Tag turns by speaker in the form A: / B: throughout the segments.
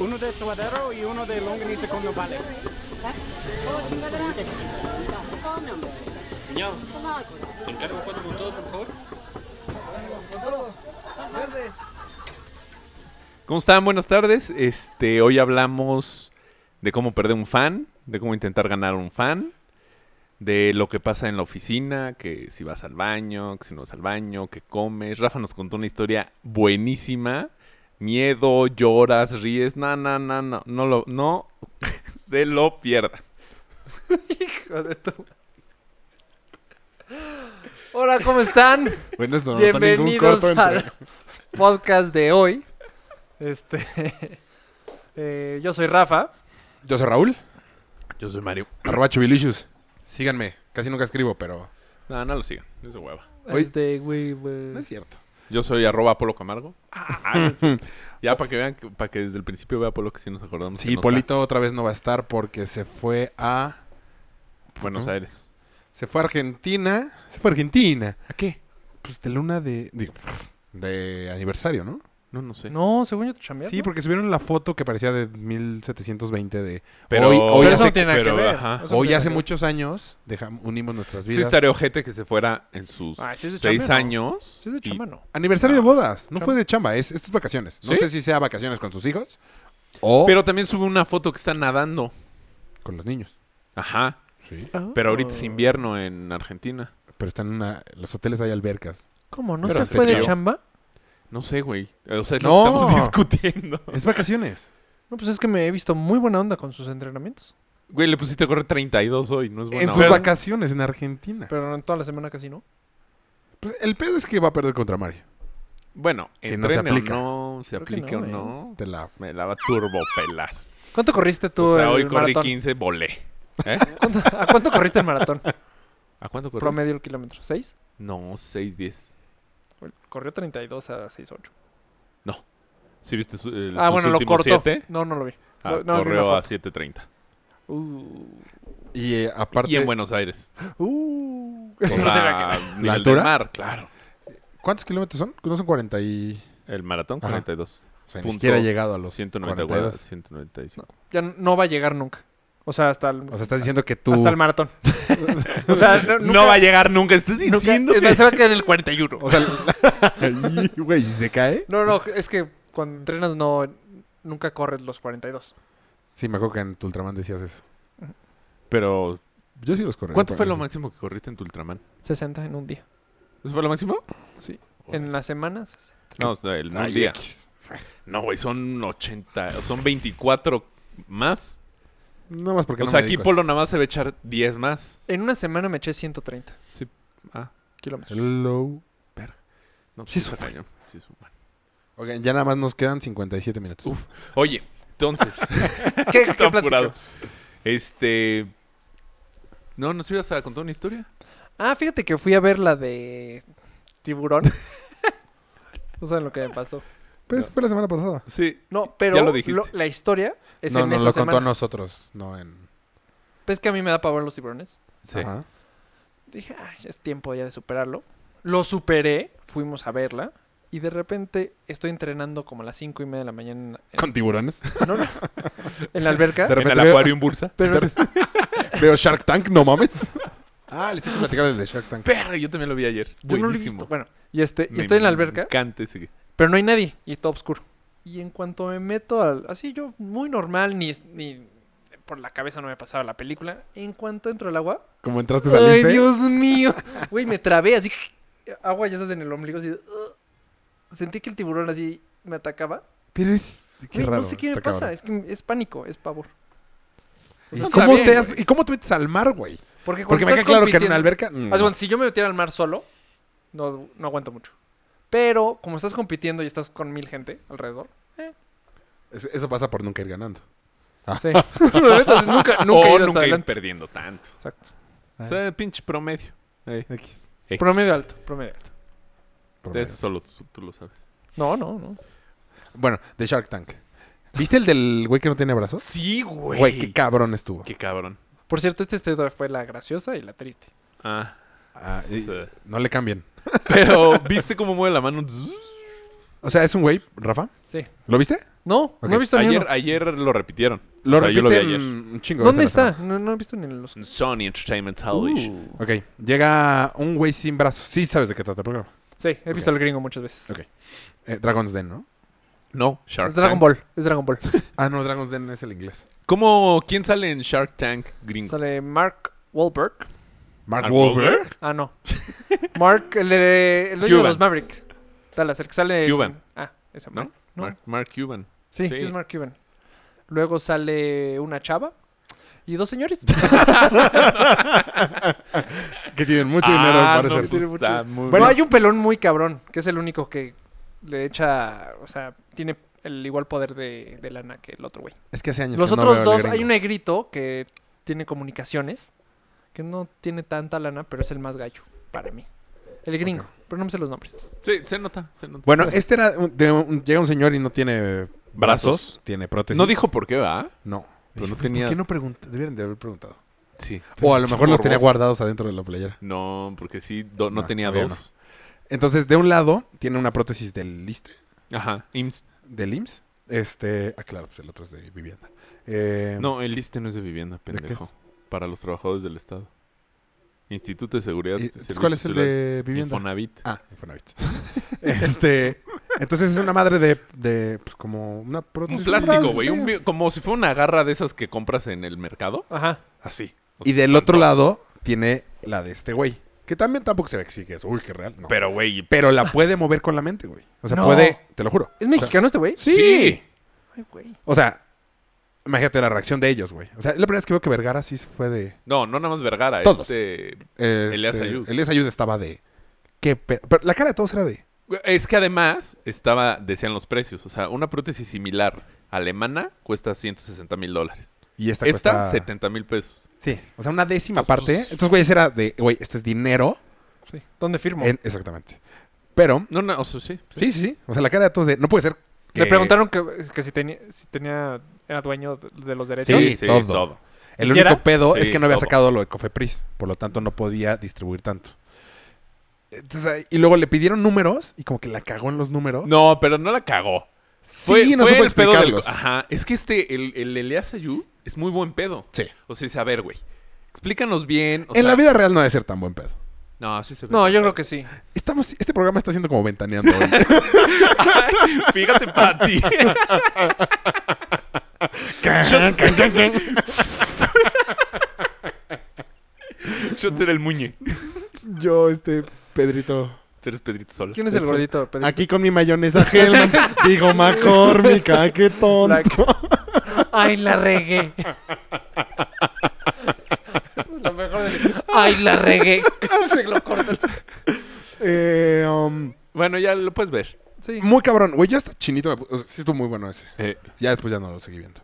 A: Uno de suadero y uno de longaniza con nopales.
B: Ya, encargo cuatro con todo, por favor.
C: ¿Cómo están? Buenas tardes. Este, hoy hablamos de cómo perder un fan, de cómo intentar ganar un fan, de lo que pasa en la oficina, que si vas al baño, que si no vas al baño, que comes. Rafa nos contó una historia buenísima. Miedo, lloras, ríes. No, no, no, no, no lo, no se lo pierdan. Hijo de tu-
D: Hola, ¿cómo están?
E: Bueno, esto no nota ningún
D: Bienvenidos
E: corto entre...
D: al podcast de hoy. Este, eh, yo soy Rafa.
E: Yo soy Raúl,
C: Yo soy Mario.
E: arroba chubilicious. Síganme, casi nunca escribo, pero
C: No, no lo sigan. Eso hueva.
E: Hoy-
D: Este, güey, güey.
E: no es cierto.
C: Yo soy arroba Polo Camargo. Ah, ya para que vean, que- para que desde el principio vea Polo que sí nos acordamos. que
E: Sí,
C: no está
E: Polito otra vez no va a estar porque se fue a...
C: Buenos
E: Ujú.
C: Aires.
E: Se fue a Argentina. Se fue a Argentina.
C: ¿A qué?
E: Pues de luna de... digo, de aniversario, ¿no?
C: No, no sé.
D: No, según yo te chambeas.
E: Sí,
D: ¿no?
E: porque subieron la foto que parecía de 1720 de...
C: Pero,
E: Hoy- hoy
D: Pero eso
E: hace-
D: no tiene nada que
C: pero,
D: ver.
C: ajá.
D: Eso no
E: Hoy
D: tiene
E: hace
D: nada que
E: muchos años dejam- unimos nuestras
C: Sí
E: vidas.
C: estaría ojete que se fuera en sus
D: Ay, Ah, sí es de
C: seis
D: chamba, ¿no?
C: años.
D: ver. Sí, es de
C: y-
D: chamba, no.
E: Aniversario de bodas. No
D: Chamba.
E: fue de chamba, es, es vacaciones. No
C: ¿Sí? Oh.
E: sé si sea vacaciones con sus hijos o
C: Pero también sube una foto que está nadando.
E: con los niños.
C: Ajá.
E: Sí.
C: Pero ahorita es invierno en Argentina.
E: Pero están en una... Los hoteles hay albercas.
D: ¿Cómo? ¿No
C: Pero
D: se
C: hace
D: fue de
C: frío.
D: chamba?
C: No sé, güey. O sea, es
E: No.
C: lo que estamos discutiendo.
E: Es vacaciones.
D: No, pues es que me he visto muy buena onda con sus entrenamientos.
C: Güey, le pusiste a correr 32 hoy. No es buena
E: en sus
C: onda.
E: vacaciones en Argentina.
D: Pero en toda la semana casi no.
E: Pues, el pedo es que va a perder contra Mario.
C: Bueno,
E: Si no se
C: entrene
E: aplica.
C: o no, se
D: Creo que
C: aplica
D: no,
C: o
D: eh.
C: no.
E: Te la...
C: Me la va a turbopelar.
D: ¿Cuánto corriste tú
C: O sea,
D: el
C: hoy corrí
D: maratón?
C: 15, volé. ¿Eh?
D: ¿Cuánto- ¿A cuánto corriste el maratón?
C: ¿A cuánto corrí?
D: Promedio el kilómetro. ¿Seis?
C: No, 6, 10.
D: Corrió 32 a 6.8.
C: ¿Sí viste su, el-
D: Ah,
C: sus
D: bueno, lo
C: últimos
D: cortó.
C: siete?
D: No, no lo vi. No,
C: Ah,
D: no, vi una
C: corrió a
D: foto.
C: 7.30.
D: Uh,
E: Y eh, aparte...
C: Y en Buenos Aires.
D: uh.
C: O
D: Eso no tiene nada que
C: sea,
D: ver.
C: nivel
E: ¿La altura?
C: del mar, claro.
E: ¿Cuántos kilómetros son? No son 40 y...
C: El maratón
E: Ajá.
C: 42.
E: O sea,
C: Punto
E: ni siquiera ha llegado a los
C: 190
E: 42.
C: guardas, 195.
D: ya n- no va a llegar nunca. O sea, hasta el,
E: O sea, estás diciendo que tú...
D: hasta el maratón. o sea, no,
C: no va a llegar nunca, estás diciendo. que-
D: Se va a quedar en el 41.
E: O sea, el- Y, güey, ¿y se cae?
D: No, no, es que cuando entrenas no nunca corres los 42.
E: Sí, me acuerdo que en tu Ultraman decías eso.
C: Pero,
E: Yo sí los corrí.
C: ¿cuánto fue lo
E: máximo?
C: máximo que corriste en tu Ultraman?
D: 60 en un día.
C: ¿Eso fue lo máximo?
D: Sí.
C: Joder.
D: En la semana 60.
C: No, o sea, el en un
E: Ay,
C: día.
E: X.
C: No, güey, son 80, son 24 más.
E: No más porque
C: O
E: no
C: sea,
E: me
C: aquí
E: dedico a
C: Polo nada más se va a echar 10 más.
D: En una semana me eché 130
C: Ah,
E: eso.
D: kilómetros.
E: Hello.
C: no,
D: Sí,
C: sí,
D: es
C: está cañón, sí es un man.
E: Ok, ya nada más nos quedan 57 minutos.
C: Uf. Oye, entonces,
D: ¿Qué, qué
C: Está
D: platicamos?
C: apurado. este. No, ¿nos ibas a contar una historia?
D: Ah, fíjate que fui a ver la de Tiburón. no saben lo que me pasó.
E: Pues fue la semana pasada.
C: Sí.
D: No, pero
C: Ya lo dijiste.
D: la historia es
E: no,
D: en
E: nos
D: esta
E: lo contó
D: semana.
E: a nosotros, no en...
D: Pues que a mí me da pavor los tiburones.
C: Sí.
E: Ajá.
D: Dije, "Ay, ya es tiempo ya de superarlo. Lo superé, fuimos a verla. Y de repente estoy entrenando como a las cinco y media de la mañana en,
E: Con tiburones.
D: no, no, en la alberca.
E: De
C: En
E: repente
C: el
E: veo-
C: acuario en Bursa.
D: pero
E: Veo Shark Tank, no mames. Ah, les hice platicar el de Shark Tank.
C: Pero yo también lo vi ayer.
D: yo no lo he
C: Buenísimo.
D: visto. Bueno, y, este, y
C: Me
D: estoy en la alberca,
C: encanta ese-
D: pero no hay nadie. Y está oscuro. Y en cuanto me meto al... Así yo, muy normal, ni, ni por la cabeza no me pasaba la película. En cuanto entro al agua,
E: Como entraste, saliste.
D: Ay, Dios mío. Güey, me trabé así. Agua ya estás en el ombligo así. de, "Ugh". Sentí que el tiburón así me atacaba.
E: Pero es. Qué
D: Güey, no
E: raro.
D: sé qué me
E: está
D: pasa.
E: cabrón.
D: Es que es pánico, es pavor.
E: ¿Y,
D: No, está
E: cómo
D: bien,
E: te has-
D: güey.
E: ¿Y cómo te metes al mar, güey?
D: Porque, cuando
E: Porque me queda
D: estás
E: claro que en una
D: compitiendo-
E: alberca. mm,
D: Haz de cuenta, si yo me metiera al mar solo, no, no aguanto mucho. Pero como estás compitiendo y estás con mil gente alrededor.
E: es- Eso pasa por nunca ir ganando. Ah.
D: Sí. La neta, nunca, nunca he
C: o
D: ido hasta
C: Oh, nunca ir
D: adelante.
C: perdiendo tanto.
D: Exacto.
C: O sea, el pinche promedio. Ey,
E: X.
C: ey.
D: Promedio alto, promedio alto.
E: Promedio.
C: Eso solo tú, tú lo sabes.
D: No, no, no.
E: Bueno, de Shark Tank. ¿Viste el del güey que no tiene brazos?
C: Sí, güey.
E: Güey, qué cabrón estuvo.
C: Qué cabrón.
D: Por cierto, esta historia fue la graciosa y la triste.
C: Ah,
E: Ah, y-
C: sí.
E: no le cambien.
C: Pero, ¿viste cómo mueve la mano?
E: O sea, es un güey, Rafa.
D: Sí.
E: ¿Lo viste?
D: No, no he
E: Ok,
D: visto ni
C: Ayer,
D: uno.
C: ayer lo repitieron.
E: Lo
C: O sea, yo
E: repiten
C: lo vi ayer.
E: un chingo de
D: ¿Dónde
E: veces a la
D: está? No, no he visto ni en los...
C: En Sony Entertainment Television.
D: Uh.
E: semana. Ok, llega un güey sin brazos. Sí sabes de qué trata el programa.
D: Sí, he visto al gringo muchas veces.
E: Ok. Eh, Dragon's Den, ¿no?
C: No, Shark
D: Dragon
C: Tank.
D: Ball, es Dragon Ball.
E: Ah, no, Dragon's Den es el inglés.
C: ¿Cómo? ¿Quién sale en Shark Tank gringo?
D: Sale Mark Wahlberg.
E: Mark
C: ¿Mark
E: Wahlberg.
D: Ah, no. Mark, el de el dueño de
C: Cuban.
D: los Mavericks. Dallas, el que sale. en-
C: Cuban.
D: Ah, ese
C: ¿No?
D: Mark. No.
C: Mark, Mark Cuban.
D: Sí, sí,
C: Sí.
D: es Mark Cuban. Luego sale una chava y dos señores.
E: Que tienen mucho dinero,
C: Ah, no,
E: al parecer.
C: pues,
D: Tiene mucho-
C: está muy
D: Bueno,
C: bien.
D: hay un pelón muy cabrón, que es el único que le echa, o sea, tiene el igual poder de, de lana que el otro güey.
E: Es que hace años
D: Los
E: que no
D: otros
E: veo al
D: dos,
E: gringo.
D: hay un negrito que tiene comunicaciones, que no tiene tanta lana, pero es el más gallo para mí. El gringo, pero no me sé los nombres.
C: Sí, se nota, se nota.
E: Bueno, este era... un- de un- llega un señor y no tiene...
C: Pues, Brazos.
E: Tiene prótesis.
C: no dijo por qué, ¿va?
E: No.
C: Pero no
E: Dije,
C: tenía-
E: ¿Por qué no preguntó? Debieron de haber preguntado.
C: Sí.
E: O a lo mejor los tenía
C: Morbosos.
E: guardados adentro de la playera.
C: No, porque sí, do- no,
E: No,
C: tenía
E: todavía
C: dos.
E: Entonces, de un lado, tiene una prótesis del list
C: Ajá. IMSS.
E: del IMSS. Este, ah, claro, pues el otro es de vivienda. Eh,
C: No, el ISSSTE no es de vivienda,
E: qué es?
C: pendejo. Para los trabajadores del Estado. Instituto de Seguridad.
E: ¿y-
C: y Servicios
E: Eh, ¿Cuál es el
C: Sociales.
E: de vivienda?
C: Infonavit.
E: Ah, Infonavit. este, entonces es una madre de, de pues como una prótesis.
C: Un plástico, güey.
E: Sí.
C: un bio- como si fuera una garra de esas que compras en el mercado.
D: Ajá.
C: Así. O
E: Y
C: sea,
E: del otro
C: espantoso.
E: lado tiene la de este güey. Que también tampoco se ve que sí que es, uy, qué real. no. Pero,
C: Pero, güey.
E: la puede mover con la mente, güey. O sea,
D: No.
E: puede, te lo juro.
D: ¿Es mexicano este güey?
E: Sí.
C: Sí.
D: Ay, güey.
E: O sea, imagínate la reacción de ellos, güey. O sea, es la primera vez que veo que Vergara sí se fue de...
C: No, no nada más Vergara.
E: Todos.
C: Este,
E: Elias
C: Elías Ayud.
E: Elías Ayud estaba de... ¿Qué pe- Pero la cara de todos era de...
C: Es que además estaba, decían los precios. O sea, una prótesis similar alemana cuesta 160 mil dólares.
E: Y esta,
C: Esta,
E: cuesta-
C: 70 mil pesos.
E: Sí, o sea, una décima
C: Entonces,
E: parte.
C: pues-
E: Estos güeyes era de, güey, esto es dinero.
D: Sí. ¿Dónde firmo?
E: en- exactamente. Pero,
C: No, no, o sea, sí. sí.
E: sí, sí, sí. O sea, la cara de todos de, no puede ser. que-
D: Le preguntaron que, que si, tenía, si tenía, era dueño de de los derechos.
E: Sí, todo. El
D: ¿Hiciera?
E: único pedo
C: Sí,
E: es que no había
C: todo.
E: sacado lo de Cofepris. Por lo tanto, no podía distribuir tanto. Entonces, ahí- y luego le pidieron números y como que la cagó en los números.
C: No, pero no la cagó.
E: sí, no supo
C: el pedo del-
E: explicarlos.
C: Ajá. Es que este, el, el Elias Ayú es muy buen pedo.
E: Sí.
C: O sea, dice, a ver, güey. Explícanos bien. o sea-
E: en la vida real no debe ser tan buen pedo.
C: No, sí se ve.
D: No, yo creo que sí.
E: Estamos, este programa está siendo como ventaneando hoy.
C: Fíjate, Pati. Shot- Shots era el muñe.
E: Yo, este, Pedrito.
C: Eres Pedrito Sola.
D: ¿Quién es el
E: Exacto.
D: gordito? Pedrito?
E: Aquí con mi mayonesa Hellman. digo, McCormick, ah, qué tonto.
D: La que- Ay, la regué. Lo mejor del- Ay, la regué. Se lo corta.
E: Eh, um,
C: Bueno, ya lo puedes ver.
D: Sí.
E: muy cabrón, güey. Yo hasta chinito me pu- o sea, sí estuvo muy bueno ese.
C: Eh,
E: Ya después ya no lo seguí viendo.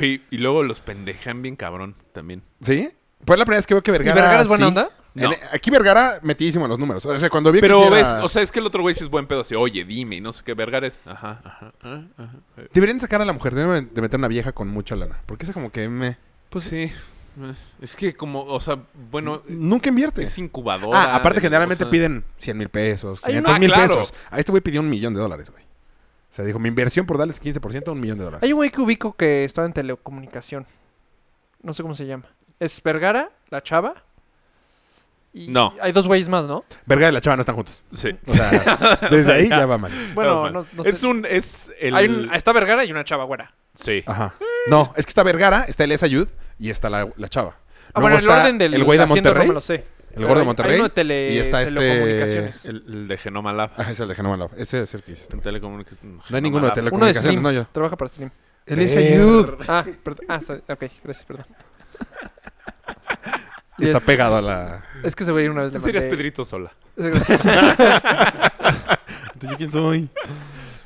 C: y, y luego los pendejan bien cabrón también.
E: ¿Sí? Pues la primera vez que veo que
D: ¿Y
E: Vergara.
D: Vergara es buena
E: sí.
D: onda?
C: No.
E: En- e, aquí Vergara metidísimo en los números. O sea, cuando vi que
C: Pero
E: sí
C: ves,
E: era-
C: o sea, es que el otro güey sí es buen pedo. Así, oye, dime, y no sé qué vergar es. Ajá, ajá, ajá, ajá. Eh,
E: Deberían sacar a la mujer, deberían de meter una vieja con mucha lana. Porque esa como que me...
C: Pues sí. Eh, Es que como, o sea, bueno,
E: Nunca invierte.
C: eh, es incubadora.
E: Mm, Ah, aparte
C: de-
E: generalmente
C: o sea,
E: piden 100 mil pesos,
D: Hay
E: 500
C: una-
E: mil
C: Ah, claro.
E: pesos. A este güey pidió un millón de dólares, güey. O sea, dijo, mi inversión por darles 15% a un millón de dólares.
D: Hay un güey que ubico que estaba en telecomunicación. No sé cómo se llama. Es Vergara, la chava. Y
C: No.
D: Hay dos güeyes más, ¿no?
E: Vergara y la chava no están juntos.
C: Sí.
E: O sea, desde ahí ya va mal.
D: Bueno,
C: Estás mal.
D: no, no
C: Es
D: sé.
C: un, es el...
D: Hay un- Está Vergara y una chava güera. Ah,
C: Sí.
E: Ajá. No, es que está Vergara, está Elias Ayud y está la, la chava.
D: Ah,
E: Luego
D: bueno, el
E: está
D: orden del
E: el güey de
D: haciendo
E: Monterrey.
D: No me lo sé.
E: El gordo
D: Pero
E: de
D: hay- hay
E: Monterrey.
D: uno de tele-
E: y está este-
D: telecomunicaciones.
C: El, el de Genoma Lab.
E: Ah, es el de Genoma Lab. Ese es el que hiciste.
C: En
E: güey.
C: telecomunicaciones.
E: No hay ninguno de
C: Genoma Lab.
D: Uno de
E: telecomunicaciones,
D: Slim.
E: no yo.
D: Trabaja para Slim.
E: Elias Ayud.
D: Ah, perdón. Ah, sorry. ok, gracias, perdón.
E: Y está pegado a la.
D: Es que se ve una vez
C: Tú
D: le
C: serías
D: mandé-
C: Pedrito Sola.
E: ¿Yo quién soy?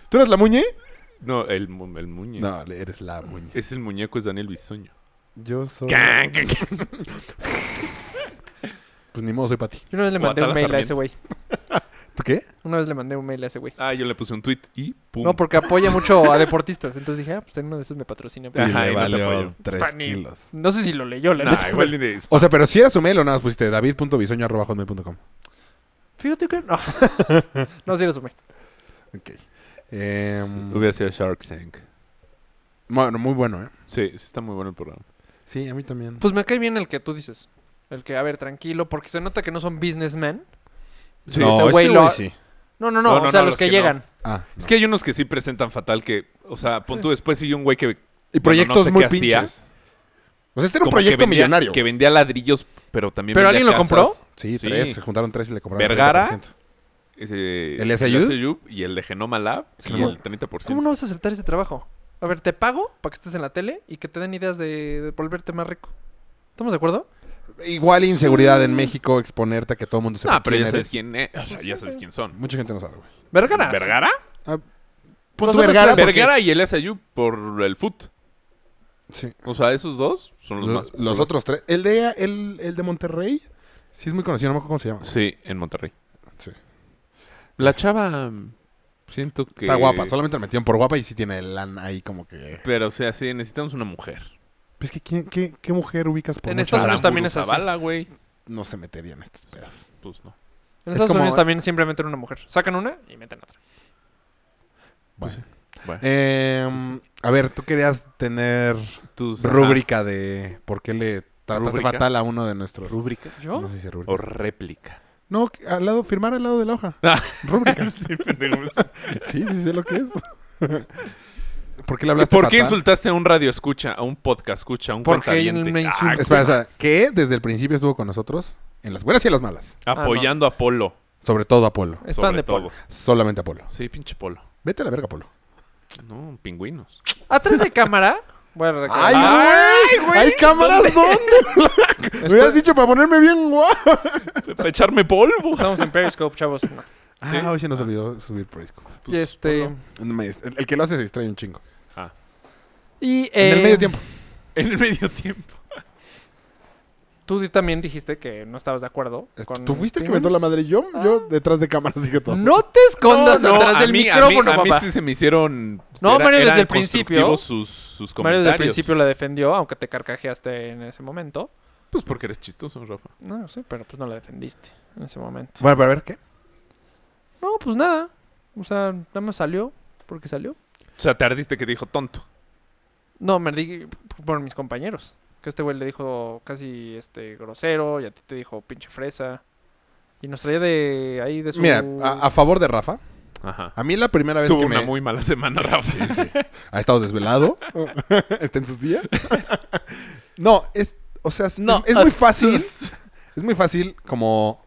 E: ¿Tú eres la muñe?
C: No, el, mu- el muñe.
E: No, eres la muñe.
C: Es el muñeco, es Daniel Bisoño.
E: Yo soy.
C: Can, can, can.
E: Pues ni modo, soy Pati.
D: Yo una vez le
C: O
D: mandé un
C: Atala
D: mail a ese
C: Sarmiento.
D: güey.
E: ¿Tú qué?
D: Una vez le mandé un mail a ese güey.
C: Ah, yo le puse un tweet y pum.
D: No, porque apoya mucho a deportistas. Entonces dije, ah, pues en uno de esos me patrocina.
E: Y
C: Ajá, y no
E: le
C: te
E: valió
C: apoyo.
E: 3
D: Está ni-
E: kilos.
D: No sé si lo leyó, la
C: Nah,
D: neta.
C: igual ni de-
E: O sea, pero si era su mail o nada más pusiste david.bisoño.com.
D: Fíjate que no. no, sí lo sumé.
E: Ok. Eh, Mm.
C: Hubiera sido Shark Tank.
E: Em, Bueno, muy bueno, ¿eh?
C: Sí, sí está muy bueno el programa.
E: Sí, a mí también.
D: Pues me cae bien el que tú dices. El que, a ver, tranquilo, porque se nota que no son businessmen.
C: Sí,
E: no,
D: este
E: ese
D: güey lo-
E: güey sí.
D: No, no, no,
C: No, no,
D: o sea,
C: no,
D: los,
C: los
D: que,
C: que no.
D: llegan.
E: Ah,
C: Es
E: no.
C: que hay unos que sí presentan fatal que, o sea, pon tú después sigue un güey que
E: Y
C: bueno,
E: proyectos
C: no sé
E: muy
C: qué hacía.
E: pinches. O sea, este era
C: como
E: un
C: que
E: proyecto
C: vendía-
E: millonario.
C: Que vendía ladrillos, pero también
D: ¿Pero
C: vendía
D: alguien lo compró?
C: casas.
E: Sí,
C: Sí.
E: tres. Se juntaron tres y le compraron
C: Vergara.
E: 30%.
C: Ese-
E: ¿El SIU?
C: y el de Genoma Lab
E: Sí.
C: y el 30%.
D: ¿Cómo no vas a aceptar ese trabajo? A ver, te pago para que estés en la tele y que te den ideas de, de volverte más rico. ¿Estamos de acuerdo?
E: Igual inseguridad en México, exponerte a que todo el mundo sepa
C: No, pero ya
E: quién
C: sabes
E: eres.
C: quién es. O sea, ya sabes quién son.
E: Mucha gente no sabe, güey.
D: Vergaras.
C: ¿Vergara?
E: Ah, Punto
D: otros
E: Vergara. porque-
C: Pues Vergara y el SIU por el foot.
E: Sí.
C: O sea, esos dos son los
E: Lo-
C: más.
E: Los, otros tres. El de, el, el de Monterrey, sí es muy conocido, no me acuerdo cómo se llama.
C: Sí, en Monterrey.
E: Sí.
C: La chava. mm, Siento que.
E: Está guapa, solamente la metieron por guapa y sí tiene lana ahí como que...
C: Pero, o sea, sí, necesitamos una mujer.
E: Pues que ¿quién- qué, qué mujer ubicas por
D: En
E: mucha
D: Estados
E: lana?
D: Unidos también es así.
C: Zavala, güey.
E: No se metería en estos pedos.
C: Pues no.
D: En
E: Es
D: Estados
E: como-
D: Unidos también siempre meten una mujer. Sacan una y meten otra.
E: Bueno.
C: Bueno,
E: Eh, a ver, tú querías tener
C: tus- ajá.
E: rúbrica de por qué le trataste
C: Rúbrica.
E: fatal a uno de nuestros...
C: ¿Rúbrica?
D: ¿Yo?
E: No sé si es rúbrica.
C: ah, O réplica.
E: No, que al lado, firmar al lado de la hoja.
C: Ah.
E: Rúbrica.
C: sí, pendejo.
E: sí, sí sé lo que es. ¿Por qué le
C: ¿Y
E: hablaste
C: ¿Por qué
E: fatal?
C: insultaste a un radio escucha, a un podcast escucha, a un
D: Porque
C: cuentaviente?
D: me
C: Ah,
D: insultó.
E: Espera, espera, que desde el principio estuvo con nosotros en las buenas y en las malas.
C: Ah,
D: Ah,
C: apoyando a Polo.
E: Sobre todo a Polo.
D: Están
C: sobre
D: de
C: todo.
D: polo.
E: Solamente a Polo.
C: Sí, pinche Polo.
E: Vete a la verga, Polo.
C: No, pingüinos.
D: Atrás de cámara. Voy a recordar.
E: güey! ¿Hay cámaras dónde? Me
D: Estoy-
E: hubieras dicho para ponerme bien guapo.
C: Para echarme polvo.
D: Estamos en Periscope, chavos. No.
E: Ah, oye, nos olvidó subir Periscope.
D: y este.
C: Polo.
E: No me dist- El el que lo hace se distrae un chingo.
D: Y,
E: En el
D: eh,
E: medio tiempo.
C: En el medio tiempo.
D: Tú di- también dijiste que no estabas de acuerdo.
E: Es-
D: con
E: Tú fuiste el que
D: Penguins.
E: aventó la madre. Yo, yo detrás de cámaras dije todo.
D: No te escondas
C: No, no,
D: atrás
C: a
D: del
C: mí-
D: micrófono,
C: a mí,
D: papá.
C: A mí sí se me hicieron.
D: No, Mario desde
C: eran
D: el principio-
C: constructivos Sus, sus
D: Mario
C: comentarios.
D: desde el principio la defendió, aunque te carcajeaste en ese momento.
C: Pues porque eres chistoso, Rafa.
D: No, sí, pero pues no la defendiste en ese momento.
E: Bueno, para ver qué.
D: No, pues nada. O sea, nada más salió porque salió.
C: O sea, te ardiste que te dijo tonto.
D: No, me di por mis compañeros. Que este güey le dijo casi este grosero y a ti te dijo pinche fresa. Y nos traía de ahí de su...
E: Mira, a, a favor de Rafa.
C: Ajá.
D: Ah,
E: A mí la primera vez
C: Tuvo
E: que
C: una
E: me...
C: muy mala semana, Rafa.
E: ha estado desvelado. Está en sus días. no, es. O sea, es- es, muy fácil. Es muy fácil como